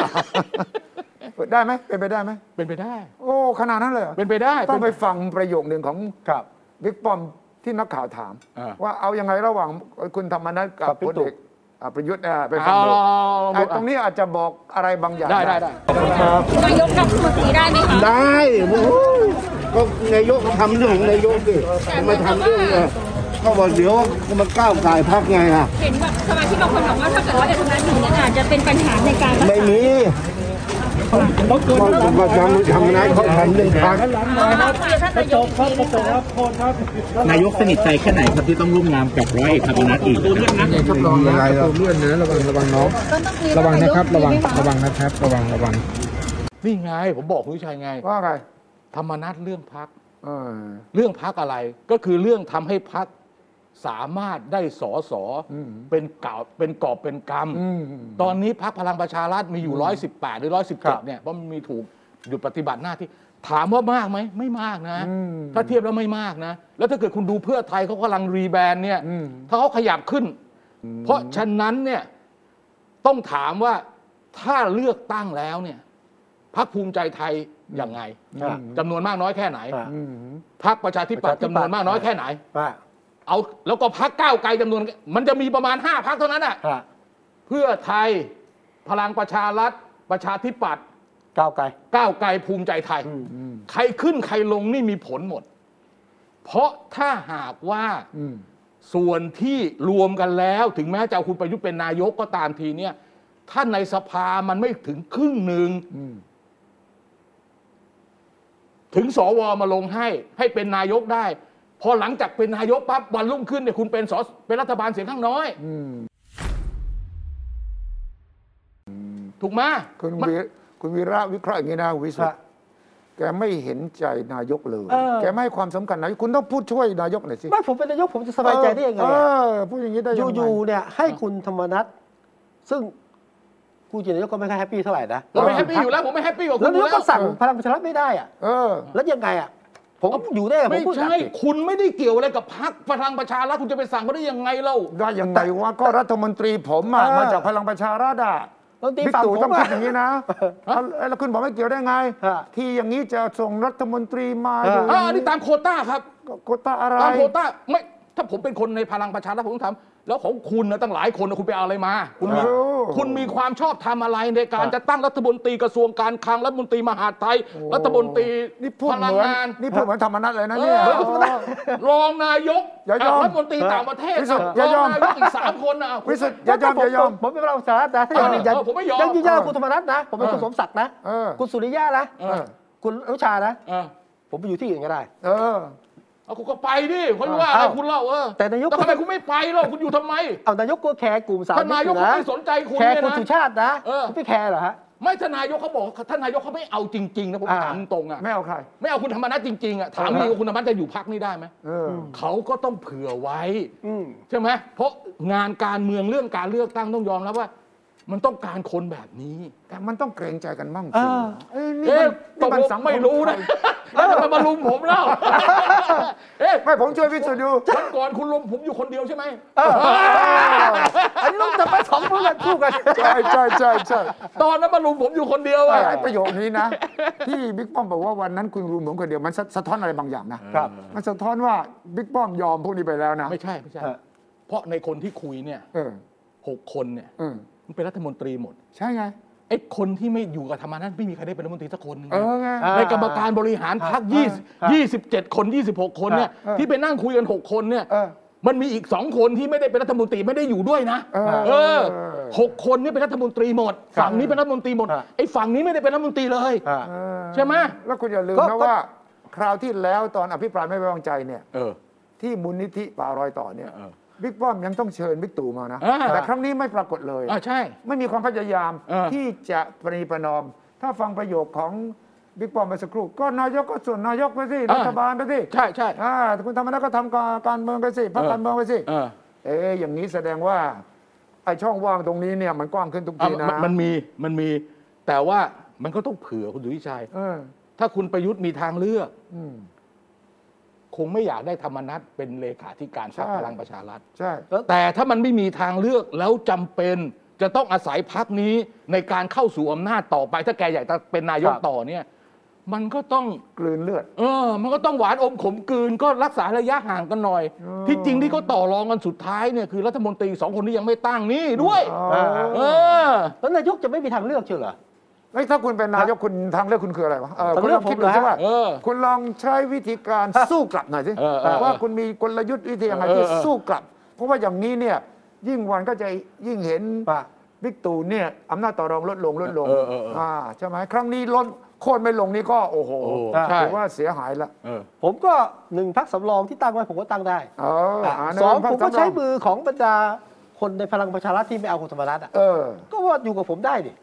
[SPEAKER 3] เปิดได้ไหมเป็นไปได้ไหม
[SPEAKER 2] เป็นไปได้
[SPEAKER 3] โอ้ขนาดนั้นเลยเหรอ
[SPEAKER 2] เป็นไปได้
[SPEAKER 3] ต้องไป
[SPEAKER 2] เป็น
[SPEAKER 3] ฟังประโยคหนึ่งของ
[SPEAKER 1] ครับ
[SPEAKER 3] บิ๊กป้อมที่นักข่าวถาม
[SPEAKER 2] อ่า
[SPEAKER 3] ว่าเอายังไงระหว่างคุณธรรมนัสกั
[SPEAKER 1] กั
[SPEAKER 3] บบ
[SPEAKER 1] พี่
[SPEAKER 3] พล
[SPEAKER 1] ตู่
[SPEAKER 3] เอกอ่าประยุทธ์อ่าไปฟัง
[SPEAKER 2] เอา
[SPEAKER 3] ดู
[SPEAKER 2] เอา
[SPEAKER 3] อ่าตรงนี้อาจจะบอกอะไรบางอย่าง
[SPEAKER 2] ได้ได้ได้
[SPEAKER 5] นายกรัฐมนตรีได้ไหมคะ
[SPEAKER 6] ได้โอ้โหก็นายกก็ทำเรื่องของนายกดิทำไมาทำเรื่องอ่ะก็บอกเดี๋ยวมันก้าวไก่ายพักไงอ่ะ
[SPEAKER 5] เห็นแบบสมาชิกบางคนบอกว่าถ้าเกิดว่าเดี๋ยวทำร้ายหนึ่งเนี่ยอาจจะเป็นปัญหาในการรัก
[SPEAKER 6] ไม่
[SPEAKER 5] ษา
[SPEAKER 6] มีก็ทำทำนายเขาทำเรื่องพัก
[SPEAKER 7] นายกสนิทใจแค่ไหนครับที่ต้องร่วมงานกับร้อยเอกธรรมนัฐอีก
[SPEAKER 6] ทดลองอะไรเราเลื่อนนะระวังระวังน้องระวังนะครับระวังระวังนะครับ ระวังระวัง
[SPEAKER 2] นี่ไง ผมบอกคุณวิชัยไง
[SPEAKER 3] ว่าไง
[SPEAKER 2] ธรรมนัตเรื่องพัก
[SPEAKER 3] เออ
[SPEAKER 2] เรื่องพักอะไรก็คือเรื่องทำให้พักสามารถได้สอสออ
[SPEAKER 3] ม
[SPEAKER 2] เป็นกอบเป็นกอบเป็นกรรม
[SPEAKER 3] อืม
[SPEAKER 2] ตอนนี้พักพลังประชารัฐมีอยู่ 118 หรือ
[SPEAKER 3] ครับ
[SPEAKER 2] 117เนี่ยเพราะมันมีถูกหยุดปฏิบัติหน้าที่ ถามว่ามากไหมไม่มากนะ
[SPEAKER 3] อืม
[SPEAKER 2] ถ้าเทียบแล้วไม่มากนะ แล้วถ้าเกิดคุณดูเพื่อไทยเขากำลังรีแบรนด์เนี่ย
[SPEAKER 3] อืม
[SPEAKER 2] ถ้าเขาขยับขึ้น เพราะฉะนั้นเนี่ยต้องถามว่าถ้าเลือกตั้งแล้วเนี่ยพักภูมิใจไทยยังไง
[SPEAKER 1] อ่า
[SPEAKER 2] จำนวนมากน้อยแค่ไหน
[SPEAKER 1] อ่า
[SPEAKER 3] อืม
[SPEAKER 2] พักประชาธิปัต
[SPEAKER 1] ป
[SPEAKER 2] ย์
[SPEAKER 1] ระชาธิ
[SPEAKER 2] จำ
[SPEAKER 1] ปั
[SPEAKER 2] น
[SPEAKER 1] ตย์
[SPEAKER 2] วนมากน้อยแค่ไหน
[SPEAKER 1] ว่า
[SPEAKER 2] เอาแล้วก็พักก้าวไกลจำนวน มันจะมีประมาณ 5พักเท่านั้นอ่ะ
[SPEAKER 1] อ่า
[SPEAKER 2] เพื่อไทย พลังประชารัฐ ประชาธิปัตย์
[SPEAKER 1] ก้าวไกล
[SPEAKER 2] ก้าวไกลภูมิใจไทย
[SPEAKER 1] อืม
[SPEAKER 2] ใครขึ้นใครลงนี่มีผลหมด เพราะถ้าหากว่า
[SPEAKER 3] อืม
[SPEAKER 2] ส่วนที่รวมกันแล้ว ถึงแม้จะเอาคุณประยุทธ์เป็นนายกก็ตามทีเนี่ยถ้าในสภามันไม่ถึงครึ่งหนึ่ง
[SPEAKER 3] อืม
[SPEAKER 2] ถึงสวมาลงให้ให้เป็นนายกได้ พอหลังจากเป็นนายกปั๊บวันรุ่งขึ้นเนี่ยคุณเป็นสอเป็นรัฐบาลเสียงข้างน้อยถูกไหม
[SPEAKER 3] คุณ
[SPEAKER 2] มัน
[SPEAKER 3] วีคุณวีระวิเคราะห์อย่างนี้นะคุณวิสุท
[SPEAKER 1] ฮะ
[SPEAKER 3] ธ์แกไม่เห็นใจนายกเลย
[SPEAKER 1] เออ
[SPEAKER 3] แกไม่ให้ความสำคัญนายกคุณต้องพูดช่วยนายกหน่อยสิ
[SPEAKER 1] ไม่ผมเป็นนายกผมจะสบายใจได้ยังไง
[SPEAKER 3] เอ
[SPEAKER 1] อะ
[SPEAKER 3] อพูดอย่างนี้
[SPEAKER 1] อ
[SPEAKER 3] ได้ยังไง
[SPEAKER 1] ยู่ๆเนี่ยให้คุณธรรมนัทซึ่งกูจินายกก็ไม่ค่อยแฮปปี้เท่าไหร่นะ
[SPEAKER 2] ผมไม่แฮปปี้อยู่แล้วผมไม่แฮปปี้กับคุ
[SPEAKER 1] แล้ว
[SPEAKER 2] ณอยู่
[SPEAKER 1] นายก
[SPEAKER 2] แล้ว
[SPEAKER 1] ก็สั่งพลังประชารัฐไม่ได้อะ
[SPEAKER 3] เออ
[SPEAKER 1] แล้วยังไงอ่ะ ผมอยู่ได้อะผ
[SPEAKER 2] ไม่
[SPEAKER 1] มพูด
[SPEAKER 2] ใช่
[SPEAKER 1] ได้สิ
[SPEAKER 2] คุณไม่ได้เกี่ยวอะไรกับพรรคพลังประชารัฐคุณจะไปสั่งเขาได้ยังไงเล่า
[SPEAKER 3] ได้ยังไงว่าก็รัฐมนตรีผมอะ
[SPEAKER 1] เออ
[SPEAKER 3] มาจากพลังประชารัฐอ่ะ
[SPEAKER 1] รัฐมนตรี
[SPEAKER 3] บิ๊ก
[SPEAKER 1] ฝั่ง
[SPEAKER 3] ตู่
[SPEAKER 1] ผม
[SPEAKER 3] ต้อง
[SPEAKER 1] อะ
[SPEAKER 3] คิดอย่างนี้นะเอาแล้วคุณบอกไม่เกี่ยวได้ไง
[SPEAKER 1] ฮะ
[SPEAKER 3] ที่อย่างนี้จะส่งรัฐมนตรีมา
[SPEAKER 1] ฮะ
[SPEAKER 3] ดู
[SPEAKER 2] อ่าอันนี้ตามโควต้าครับ
[SPEAKER 3] โควต้าอะไร
[SPEAKER 2] ตามโควต้าไม่ถ้าผมเป็นคนในพลังประชารัฐผมต้องทำแล้วของคุณนะตั้งหลายคนนะคุณไปเอาอะไรมา คุณมี
[SPEAKER 3] โอ้
[SPEAKER 2] คุณมีความชอบทำอะไรในการ
[SPEAKER 1] ครับ
[SPEAKER 2] จะตั้งรัฐมนตรีกระทรวงการคลังรัฐมนตรีมหาดไทย รัฐมนตรี
[SPEAKER 3] นี่พูด
[SPEAKER 2] พ
[SPEAKER 3] เห
[SPEAKER 2] ลัง
[SPEAKER 3] มือน
[SPEAKER 2] งาน
[SPEAKER 3] นี่พูดเหมือนธรรมนัตเลยนะเนี่ย
[SPEAKER 2] เออ รองนายก
[SPEAKER 3] อย่ายอม
[SPEAKER 2] รัฐมนตรีต่างประเทศ
[SPEAKER 3] วิสุทธิ์
[SPEAKER 2] ร
[SPEAKER 3] อย่า
[SPEAKER 2] อง
[SPEAKER 3] ยอม
[SPEAKER 2] นายกอีกสามคนนะ
[SPEAKER 3] วิสุทธิ์อย่ายอมอย่ายอม
[SPEAKER 1] ผมเป็นพลังประชารัฐนะถ้ายัง
[SPEAKER 2] เออ
[SPEAKER 1] ยืนยัน
[SPEAKER 2] เออผมไม่ยอม
[SPEAKER 1] ยังยืนยันว่าคุณธรรมนัทนะ ผมเป็น
[SPEAKER 3] เออ
[SPEAKER 1] คุณสมศักดิ์นะ
[SPEAKER 3] เออ
[SPEAKER 1] คุณสุริยะนะ
[SPEAKER 3] เออ
[SPEAKER 1] คุณอนุชานะ
[SPEAKER 2] เออ
[SPEAKER 1] ผมไปอยู่ที่อื่นก็ได้
[SPEAKER 3] เออ
[SPEAKER 2] เอาคุณก็ไปดิเขาจะว่าอะไร
[SPEAKER 1] เอ้า
[SPEAKER 2] คุณเล่าเออ
[SPEAKER 1] แต่นายก
[SPEAKER 2] ทำไมคุณไม่ไปเล่าคุณอยู่ทำไม
[SPEAKER 1] เอานายกก็แคร์กลุ่มสาม
[SPEAKER 2] ท่านนายก
[SPEAKER 1] ตรนะ
[SPEAKER 2] ไม่สนใจคุณ
[SPEAKER 1] แคร์
[SPEAKER 2] เนี่ยนะ
[SPEAKER 1] คุณสุชาตินะ
[SPEAKER 2] เออ
[SPEAKER 1] คุณไม่แคร์เหรอฮะ
[SPEAKER 2] ไม่ทานนายกเขาบอกท่านนายกเขาไม่เอาจริงๆนะผม
[SPEAKER 1] อ่า
[SPEAKER 2] ถามตรงๆอ่ะ
[SPEAKER 3] ไม่เอาใคร
[SPEAKER 2] ไม่เอาคุณธรรมนัฐจริงๆอ่ะถามดีว่าคุณธรรมนัฐจะอยู่พักนี้ได้ไหม
[SPEAKER 3] เออ
[SPEAKER 2] เขาก็ต้องเผื่อไว้
[SPEAKER 1] อืม
[SPEAKER 2] ใช่ไหมเพราะงานการเมืองเรื่องการเลือกตั้งต้องยอมรับว่า มันต้องการคนแบบนี้
[SPEAKER 3] แต่มันต้องเกรงใจกันบ้าง
[SPEAKER 1] เอ
[SPEAKER 3] สิ
[SPEAKER 1] อ
[SPEAKER 3] เอ้ยนี่
[SPEAKER 2] เอ๊ะต
[SPEAKER 3] มันนี่
[SPEAKER 2] ก
[SPEAKER 3] มัน
[SPEAKER 2] ลง
[SPEAKER 3] สังค
[SPEAKER 2] ไม่รู้นะ
[SPEAKER 3] ทย
[SPEAKER 2] แล้วจะมาลุมผมเล่า เอ๊ะ
[SPEAKER 3] ไม่ผมช่วยพิสูจน์ดู
[SPEAKER 2] วันก่อนคุณลุมผมอยู่คนเดียวใช่ไหม
[SPEAKER 1] เอออันนี้ต้องจับไปสองคนกันคู่กัน
[SPEAKER 3] ใช่ใช่ใช่ใช่
[SPEAKER 2] ตอนนั้นมาลุมผมอยู่คนเดียว
[SPEAKER 3] ไอ้
[SPEAKER 2] อะ
[SPEAKER 3] ไอ้ประโยคนี้นะ ที่บิ๊กป้อมบอกว่าวันนั้นคุณรู้เหมือนคนเดียวมันสะสะท้อนอะไรบางอย่างนะครับ มันสะท้อนว่าบิ๊กป้อมยอมพวกนี้ไปแล้วนะ
[SPEAKER 2] ไม่ใช่ไม่ใช่
[SPEAKER 1] เออ
[SPEAKER 2] เพราะในคนที่คุยเนี่ย
[SPEAKER 3] เออ
[SPEAKER 2] หกคนเนี่ย
[SPEAKER 3] เออ
[SPEAKER 2] มันเป็นรัฐมนตรีหมด
[SPEAKER 3] ใช่ไง
[SPEAKER 2] ไอ้คนที่ไม่อยู่กับธรรมานั้นไม่มีใครได้เป็นรัฐมนตรีสักคนหนึ่ง
[SPEAKER 3] เอ
[SPEAKER 2] นะ
[SPEAKER 3] อไง
[SPEAKER 1] อ่า
[SPEAKER 2] ในกรรมการบริหารพักยี่สิบ
[SPEAKER 1] อ่า
[SPEAKER 2] ยี่สิบเจ็ดคน 26 คนเนี่ย
[SPEAKER 3] อ่า
[SPEAKER 2] ที่ไปนั่งคุยกัน 6 คนเนี่ย
[SPEAKER 3] เออ
[SPEAKER 2] มันมีอีกสองคนที่ไม่ได้เป็นรัฐมนตรีไม่ได้อยู่ด้วยนะ
[SPEAKER 3] เออ
[SPEAKER 2] หกคนเนี่ยเป็นรัฐมนตรีหมด ฝั่งนี้เป็นรัฐมนตรีหมด
[SPEAKER 1] อ่า
[SPEAKER 2] ไอ้ฝั่งนี้ไม่ได้เป็นรัฐมนตรีเลย
[SPEAKER 1] อ่า
[SPEAKER 3] เออ
[SPEAKER 2] ใช่ไหม
[SPEAKER 3] แล้วคุณอย่าลืม
[SPEAKER 1] ก็ก็
[SPEAKER 3] นะว่า คราวที่แล้วตอนอภิปรายไม่ไว้วางใจเนี่ย
[SPEAKER 2] เออ
[SPEAKER 3] ที่มูลนิธิป่ารอยต่อเนี่ย
[SPEAKER 2] เออ
[SPEAKER 3] บิ๊กป้อมยังต้องเชิญบิ๊กตู่มานะ
[SPEAKER 2] อ่า
[SPEAKER 3] แต่ครั้งนี้ไม่ปรากฏเลย
[SPEAKER 2] อ่าใช่
[SPEAKER 3] ไม่มีความพยายาม
[SPEAKER 2] เออ
[SPEAKER 3] ที่จะประนีประนอม ถ้าฟังประโยคของบิ๊กป้อมเมื่อสักครู่ก็นายกก็ส่วนนายกไปสิรัฐบาลไปสิ
[SPEAKER 2] ใช่ใช่
[SPEAKER 3] อ่าคุณธรรมนัฐก็ทำการเมืองไปสิพรรคการเมืองไปสิ
[SPEAKER 2] เออ
[SPEAKER 3] เอ๊ะอย่างนี้แสดงว่าไอ้ช่องว่างตรงนี้เนี่ยมันกว้างขึ้นทุก
[SPEAKER 2] อ่ะ
[SPEAKER 3] ที
[SPEAKER 2] มัน
[SPEAKER 3] นะ
[SPEAKER 2] มันมันมีมันมีแต่ว่ามันก็ต้องเผื่อคุณสุวิชัย
[SPEAKER 3] เออ
[SPEAKER 2] ถ้าคุณประยุทธ์มีทางเลือก
[SPEAKER 3] อืม
[SPEAKER 2] คงไม่อยากได้ธรรมนัตเป็นเลขาธิการพรรค
[SPEAKER 3] ใช่
[SPEAKER 2] พลังประชารัฐ
[SPEAKER 3] ใช่
[SPEAKER 2] แต่ถ้ามันไม่มีทางเลือกแล้วจำเป็น จะต้องอาศัยพักนี้ในการเข้าสู่อำนาจต่อไป ถ้าแกอยากจะเป็นนายก
[SPEAKER 1] ครับ
[SPEAKER 2] ต่อเนี่ย มันก็ต้อง
[SPEAKER 3] กลืนเลือด
[SPEAKER 2] เออ มันก็ต้องหวานอมขมกลืนก็รักษาระยะห่างกันหน่อย
[SPEAKER 3] อ๋อ
[SPEAKER 2] ที่จริงที่เขาต่อรองกันสุดท้ายเนี่ยคือรัฐมนตรีสองคนนี้ยังไม่ตั้งนี่ด้วย
[SPEAKER 1] อ่า
[SPEAKER 2] เออ
[SPEAKER 1] แล้วนายกจะไม่มีทางเลือกเชียวเหรอ
[SPEAKER 3] เฮ้ยถ้าคุณเป็นนายกคุณทางเลือกคุณคืออะไรวะเออ
[SPEAKER 1] ทาง
[SPEAKER 3] คุณ
[SPEAKER 1] เลื
[SPEAKER 3] ล
[SPEAKER 1] อ
[SPEAKER 3] อก ง
[SPEAKER 1] ผม
[SPEAKER 3] คิดดูสิว่า
[SPEAKER 2] เหรอเออ
[SPEAKER 3] คุณลองใช้วิธี การสู้กลับหน่อยสิ
[SPEAKER 2] เออเออ
[SPEAKER 3] ว่าคุณมีกลยุทธ์วิธียังไง
[SPEAKER 2] เออเออ
[SPEAKER 3] ที่สู้กลับ เพราะว่าอย่างนี้เนี่ยยิ่งวันก็จะยิ่งเห็น
[SPEAKER 1] ว่า
[SPEAKER 3] บิ๊กตู่เนี่ยอำนาจต่อรองลดลงลดลง
[SPEAKER 2] เออเออเอออ่
[SPEAKER 3] ่าใช่ไหมครั้งนี้ลดโค่นไม่ลงนี่ก็โอ้โห
[SPEAKER 2] โอ้
[SPEAKER 1] อ่า
[SPEAKER 2] ใช่
[SPEAKER 3] ถือว่าเสียหายละ
[SPEAKER 2] เออ
[SPEAKER 1] ผมก็หนึ่งพักสำรองที่ตั้งไว้ผมก็ตั้งได้
[SPEAKER 3] เออหาแนว
[SPEAKER 1] สอง
[SPEAKER 3] ทา
[SPEAKER 1] ผมก็ใช้
[SPEAKER 3] สำรอง
[SPEAKER 1] มือของบรรดาคนในพลังประชารัฐที่ไม่เอาคุณธรรมนัฐอ่ะ
[SPEAKER 3] เออ
[SPEAKER 1] ก็ว่าอยู่กับผมได้ดิ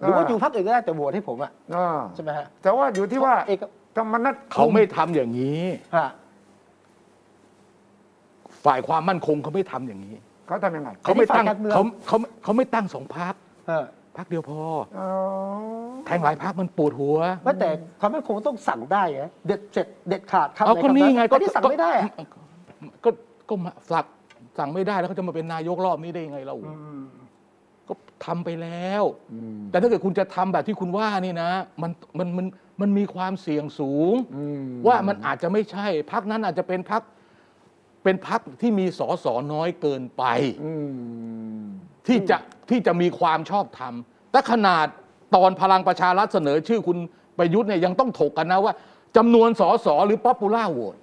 [SPEAKER 1] หรือว่าอยู่พรรคอื่นก็ได้แต่โหวตให้ผมอ่ะ
[SPEAKER 3] อ่า
[SPEAKER 1] ใช่ไหมฮะ
[SPEAKER 3] แต่ว่าอยู่ที่ว่า
[SPEAKER 1] เอก
[SPEAKER 3] ธรรมนัต
[SPEAKER 2] เขาไม่ทำอย่างนี้
[SPEAKER 1] ฮะ
[SPEAKER 2] ฝ่ายความมั่นคงเขาไม่ทำอย่างนี้
[SPEAKER 3] เขาทำยังไง
[SPEAKER 2] เขาไม่ตั้ง
[SPEAKER 1] อันนี้ฝ่ยกรมือ
[SPEAKER 2] เขาเขาเขาไม่ตั้งสองพัก
[SPEAKER 1] เออ
[SPEAKER 2] พักเดียวพอ
[SPEAKER 3] อ๋อ
[SPEAKER 2] แทงหลายพักมันปวดหัว
[SPEAKER 1] ว่าแต่ความมั่นคงต้องสั่งได้ไงเด็ดเสร็จเด็ดขาดครับ
[SPEAKER 2] เอาก็นี่ไงก็
[SPEAKER 1] ที่สั่งไม่ได้อะ
[SPEAKER 2] ก็ก็มาสั่งสั่งไม่ได้แล้วเขาจะมาเป็นนายกรอบนี้ได้ยังไงเราก็ทำไปแล้ว แต่ถ้าเกิดคุณจะทำแบบที่คุณว่านี่นะ มันมันมันมันมีความเสี่ยงสูง ว่ามันอาจจะไม่ใช่พักนั้นอาจจะเป็นพักเป็นพักที่มีสอสอน้อยเกินไป
[SPEAKER 3] อืม
[SPEAKER 2] ที่จะที่จะมีความชอบธรรม แต่ขนาดตอนพลังประชารัฐเสนอชื่อคุณประยุทธ์เนี่ยยังต้องถกกันนะว่าจำนวนสอสอหรือป๊อปปูล่าโหวต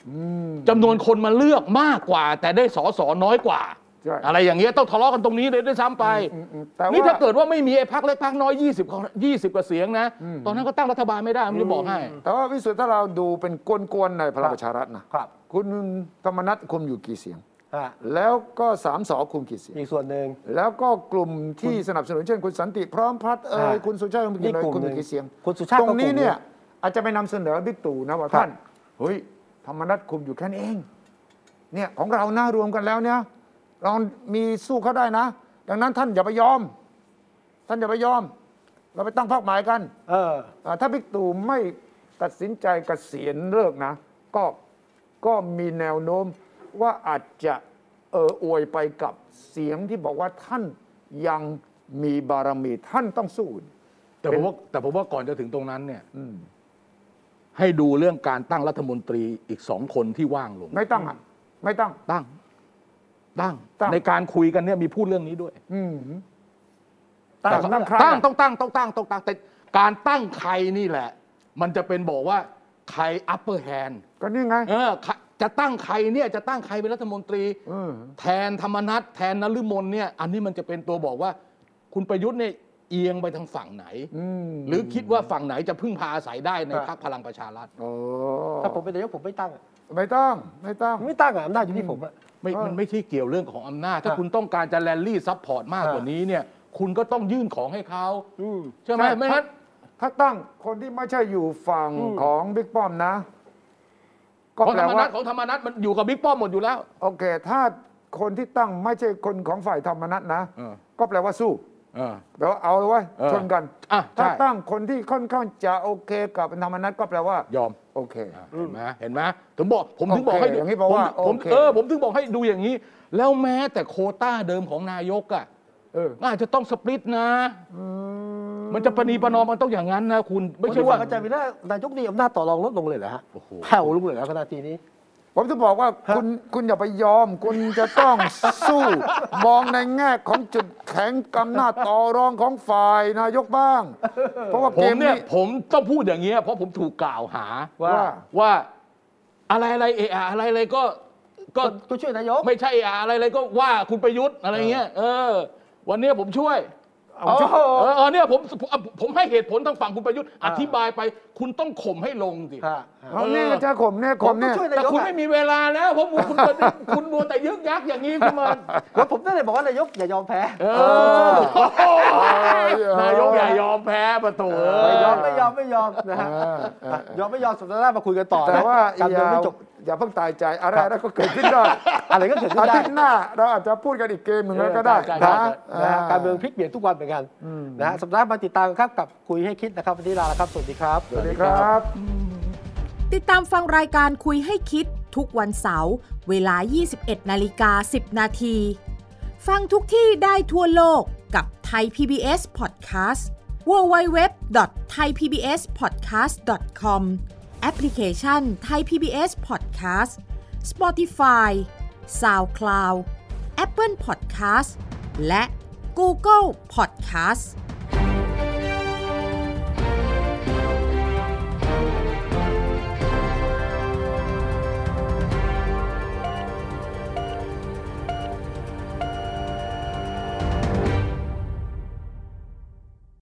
[SPEAKER 2] จำนวนคนมาเลือกมากกว่า แต่ได้สอสอน้อยกว่า
[SPEAKER 3] ใช่
[SPEAKER 2] อะไรอย่างเงี้ยต้องทะเลาะกันตรงนี้เลยด้วยซ้ำไป
[SPEAKER 3] อืมอืมแต่
[SPEAKER 2] นี่
[SPEAKER 3] ว่า
[SPEAKER 2] ถ้าเกิดว่าไม่มีไอ้พักเล็กพักน้อย 20ของ20 กว่าเสียงนะ ตอนนั้นก็ตั้งรัฐบาลไม่ได้ผมจะบอกให้
[SPEAKER 3] แต่ว่าวิสุทธ์ถ้าเราดูเป็นกวนๆในพลังประชารัฐนะครับ คุณธรรมนัตคุมอยู่กี่เสียง
[SPEAKER 1] ฮะ
[SPEAKER 3] แล้วก็สามสอคุมกี่เสียง
[SPEAKER 1] อีกส่วนหนึ่ง
[SPEAKER 3] แล้วก็กลุ่มที่สนับสนุนเช่นคุณสันติพร้อมพัฒน์เอ่ย
[SPEAKER 1] อ่า
[SPEAKER 3] คุณสุชาติคุณกิน
[SPEAKER 1] นี่กลุ่ม
[SPEAKER 3] คุณ
[SPEAKER 1] หนึ่
[SPEAKER 3] มี
[SPEAKER 1] ง
[SPEAKER 3] กี่เสียง
[SPEAKER 1] คุณสุชาติ
[SPEAKER 3] ตรงนี้
[SPEAKER 1] ก็กลุ่ม
[SPEAKER 3] เนี่ยอาจจะไปนำเสนอบิ๊กตู่นะว่า
[SPEAKER 1] ครับ
[SPEAKER 3] ท่านเฮ้ยธรรมนัตคุมอยู่แค่นี้เอง เนี่ยของเราหน้ารวมกันแล้วเนี่ยเรามีสู้เขาได้นะ ดังนั้นท่านอย่าไปยอม ท่านอย่าไปยอม เราไปตั้งพรรคใหม่กัน
[SPEAKER 1] เออ
[SPEAKER 3] อ่าถ้าบิ๊กตู่ไม่ตัดสินใจเกษียณเลิกนะ ก็ก็มีแนวโน้มว่าอาจจะเอออวยไปกับเสียงที่บอกว่าท่านยังมีบารมีท่านต้องสู้
[SPEAKER 2] แต่ผมว่าแต่ผมว่าก่อนจะถึงตรงนั้นเนี่ยให้ดูเรื่องการตั้งรัฐมนตรีอีกสองคนที่ว่างลง
[SPEAKER 3] ไม่ต้องอ่ะไม่ต้อง
[SPEAKER 2] ตั้ง ตั้ง
[SPEAKER 3] ตั้ง
[SPEAKER 2] ในการคุยกันเนี่ยมีพูดเรื่องนี้ด้วย
[SPEAKER 3] อืม
[SPEAKER 1] ตั้ง
[SPEAKER 3] แต่นั่งครั้ง
[SPEAKER 2] ตั้ง
[SPEAKER 3] อ่ะ
[SPEAKER 2] ต้องตั้งต้องตั้งต้องตั้งแต่การตั้งใครนี่แหละ มันจะเป็นบอกว่าใคร upper hand
[SPEAKER 3] ก็นี่ไง
[SPEAKER 2] เออใครจะตั้งใครเนี่ยจะตั้งใครเป็นรัฐมนตรี
[SPEAKER 3] อืม
[SPEAKER 2] แทนธรรมนัตแทนนฤมลเนี่ยอันนี้มันจะเป็นตัวบอกว่า คุณประยุทธ์เนี่ยเอียงไปทางฝั่งไหน
[SPEAKER 3] อืม
[SPEAKER 2] หรือคิดว่าฝั่งไหนจะพึ่งพาอาศัยได้ใน
[SPEAKER 1] ครับ
[SPEAKER 2] พรรคพลังประชารัฐ
[SPEAKER 3] โอ้
[SPEAKER 1] ถ้าผมเป็นนายกผมไม่ตั้งอะ
[SPEAKER 3] ไม่ต้อง ไม่ต้อง
[SPEAKER 1] ผมไม่ตั้งอะอำนาจอยู่ที่ผมอะ
[SPEAKER 2] ไม่
[SPEAKER 3] เออ
[SPEAKER 2] มันไม่ใช่เกี่ยวเรื่องของอำนาจ
[SPEAKER 1] ค
[SPEAKER 2] ถ้า
[SPEAKER 1] รับ
[SPEAKER 2] คุณต้องการจะแรลลี่ซัพพอร์ตมาก
[SPEAKER 1] ครับ
[SPEAKER 2] กว่านี้เนี่ย คุณก็ต้องยื่นของให้เขา
[SPEAKER 1] อืม
[SPEAKER 2] ใช่ไหมไม่งั้น
[SPEAKER 3] ถ้าตั้งคนที่ไม่ใช่อยู่ฝั่ง
[SPEAKER 1] อืม
[SPEAKER 3] ของบิ๊กป้อมนะ ก็
[SPEAKER 2] ของ
[SPEAKER 3] แป
[SPEAKER 2] ธ
[SPEAKER 3] ล
[SPEAKER 2] รรมนั
[SPEAKER 3] ว่า
[SPEAKER 2] ตของธรรมนัตมันอยู่กับบิ๊กป้อมหมดอยู่แล้ว
[SPEAKER 3] โอเค ถ้าคนที่ตั้งไม่ใช่คนของฝ่ายธรรมนัตนะ
[SPEAKER 2] เออ
[SPEAKER 3] ก็แปลว่าสู้
[SPEAKER 2] เออ
[SPEAKER 3] แปลว่าเอาเลยเว้ย
[SPEAKER 2] เออ
[SPEAKER 3] ชนกัน
[SPEAKER 2] อ่ะใช่
[SPEAKER 3] ถ้าตั้งคนที่ค่อนข้างจะโอเคกับธรรมนัตก็แปลว่า
[SPEAKER 2] ยอม
[SPEAKER 3] โอเค
[SPEAKER 2] เห็นไหมเห็นไหมถึงบอกผมถึงบอก
[SPEAKER 3] โอเค
[SPEAKER 2] ให้ดู
[SPEAKER 3] อย่างนี้แปลว่า
[SPEAKER 2] ผมผม
[SPEAKER 3] โอเค
[SPEAKER 2] เออผมถึงบอกให้ดูอย่างนี้ แล้วแม้แต่โควต้าเดิมของนายกอ่ะ
[SPEAKER 3] เออ
[SPEAKER 2] ก็อาจจะต้องสปลิตนะ
[SPEAKER 3] อืม
[SPEAKER 2] มันจะประนีประนอมมันต้องอย่างนั้นนะคุณ ไม่ใช่ว่า
[SPEAKER 1] อาจารย์วิระนายกนี่อำนาจต่อรองลดลงเลยเหรอฮะแผ่วลงเลยเหรอขนาดทีนี้
[SPEAKER 3] ผมจะบอกว่าคุณคุณอย่าไปยอม คุณจะต้องสู้ มองในแง่ของจุดแข็งกำนาจต่อรองของฝ่ายนายกบ้าง เพราะว่า
[SPEAKER 2] ผ
[SPEAKER 3] เก
[SPEAKER 2] ม
[SPEAKER 3] ม
[SPEAKER 2] เนี่
[SPEAKER 3] นี้
[SPEAKER 2] ยผมต้องพูดอย่างเงี้ยเพราะผมถูกกล่าวหา
[SPEAKER 1] ว่า
[SPEAKER 2] ว่าอะไรอะไรเอะอะอะไรอะไรก็ก็
[SPEAKER 1] ก็ช่วยนายก
[SPEAKER 2] ไม่ใช่เอะอะอะไรอะไรก็ว่าคุณประยุทธ์อะไรเงี้ยเออ วันเนี้ยผมช่วย
[SPEAKER 3] เอา
[SPEAKER 2] เออ
[SPEAKER 3] จ้ะ
[SPEAKER 2] เออเออเนี่ยผมผมผมให้เหตุผลทางฝั่งคุณประยุทธ์อธิบายไป คุณต้องข่มให้ลงสิ
[SPEAKER 1] ฮะฮะ
[SPEAKER 3] เอาเนี่ยจะข่มเนี่ย
[SPEAKER 1] ผ
[SPEAKER 3] ข่ม
[SPEAKER 1] มก็
[SPEAKER 3] เนี่ย
[SPEAKER 1] ช่วย
[SPEAKER 2] แต่
[SPEAKER 1] นายก
[SPEAKER 2] คุณ
[SPEAKER 1] อะ
[SPEAKER 2] ไม่มีเวลาแล้วเพราะคุณคุณคุณ คุณมัวแต่ยึกยักอย่างนี้คุณมา
[SPEAKER 1] แล้วผมได้เลยบอกว่านายกอย่ายอมแพ้
[SPEAKER 2] เออ
[SPEAKER 3] อ
[SPEAKER 2] นายกอย่ายอมแพ้ประตูเอ้
[SPEAKER 1] ไม่
[SPEAKER 2] ย
[SPEAKER 1] ยอมไม่ยอมไม่ยอมนะฮะ
[SPEAKER 3] เออเออ
[SPEAKER 1] อ่ะยอมไม่ยอมสัปดาห์หน้ามาคุยกันต่อนะ
[SPEAKER 3] แต่ว่าอ
[SPEAKER 1] การเมือง
[SPEAKER 3] ย่า
[SPEAKER 1] ไม่จบ
[SPEAKER 3] อย่าเพิ่งตายใจอะไรอะไรก็เกิดขึ้นได้
[SPEAKER 1] อะไรก็เกิดขึ้
[SPEAKER 3] อาน
[SPEAKER 1] ได้
[SPEAKER 3] ทิตย์หน้า เราอาจจะพูดกันอีกเกมหนึ่งแล้วก็ได้
[SPEAKER 1] นะ
[SPEAKER 3] นะ
[SPEAKER 1] นะฮะ
[SPEAKER 3] อ่
[SPEAKER 1] การเมืองพลิกเปลี่ยนทุกวันเหมือนกันนะฮะสัปดาห์มาติดตามกันครับกับคุยให้คิดนะครับวันนี้ลาแล้วครับ สวัสดีครับ
[SPEAKER 3] สวัสดีครับ
[SPEAKER 8] ติดตามฟังรายการคุยให้คิดทุกวันเสาร์เวลา 21 นาฬิกา 10 นาที ฟังทุกที่ได้ทั่วโลกกับ Thai PBS Podcast www.thaipbspodcast.com แอปพลิเคชัน Thai PBS Podcast Spotify SoundCloud Apple Podcast และ Google Podcast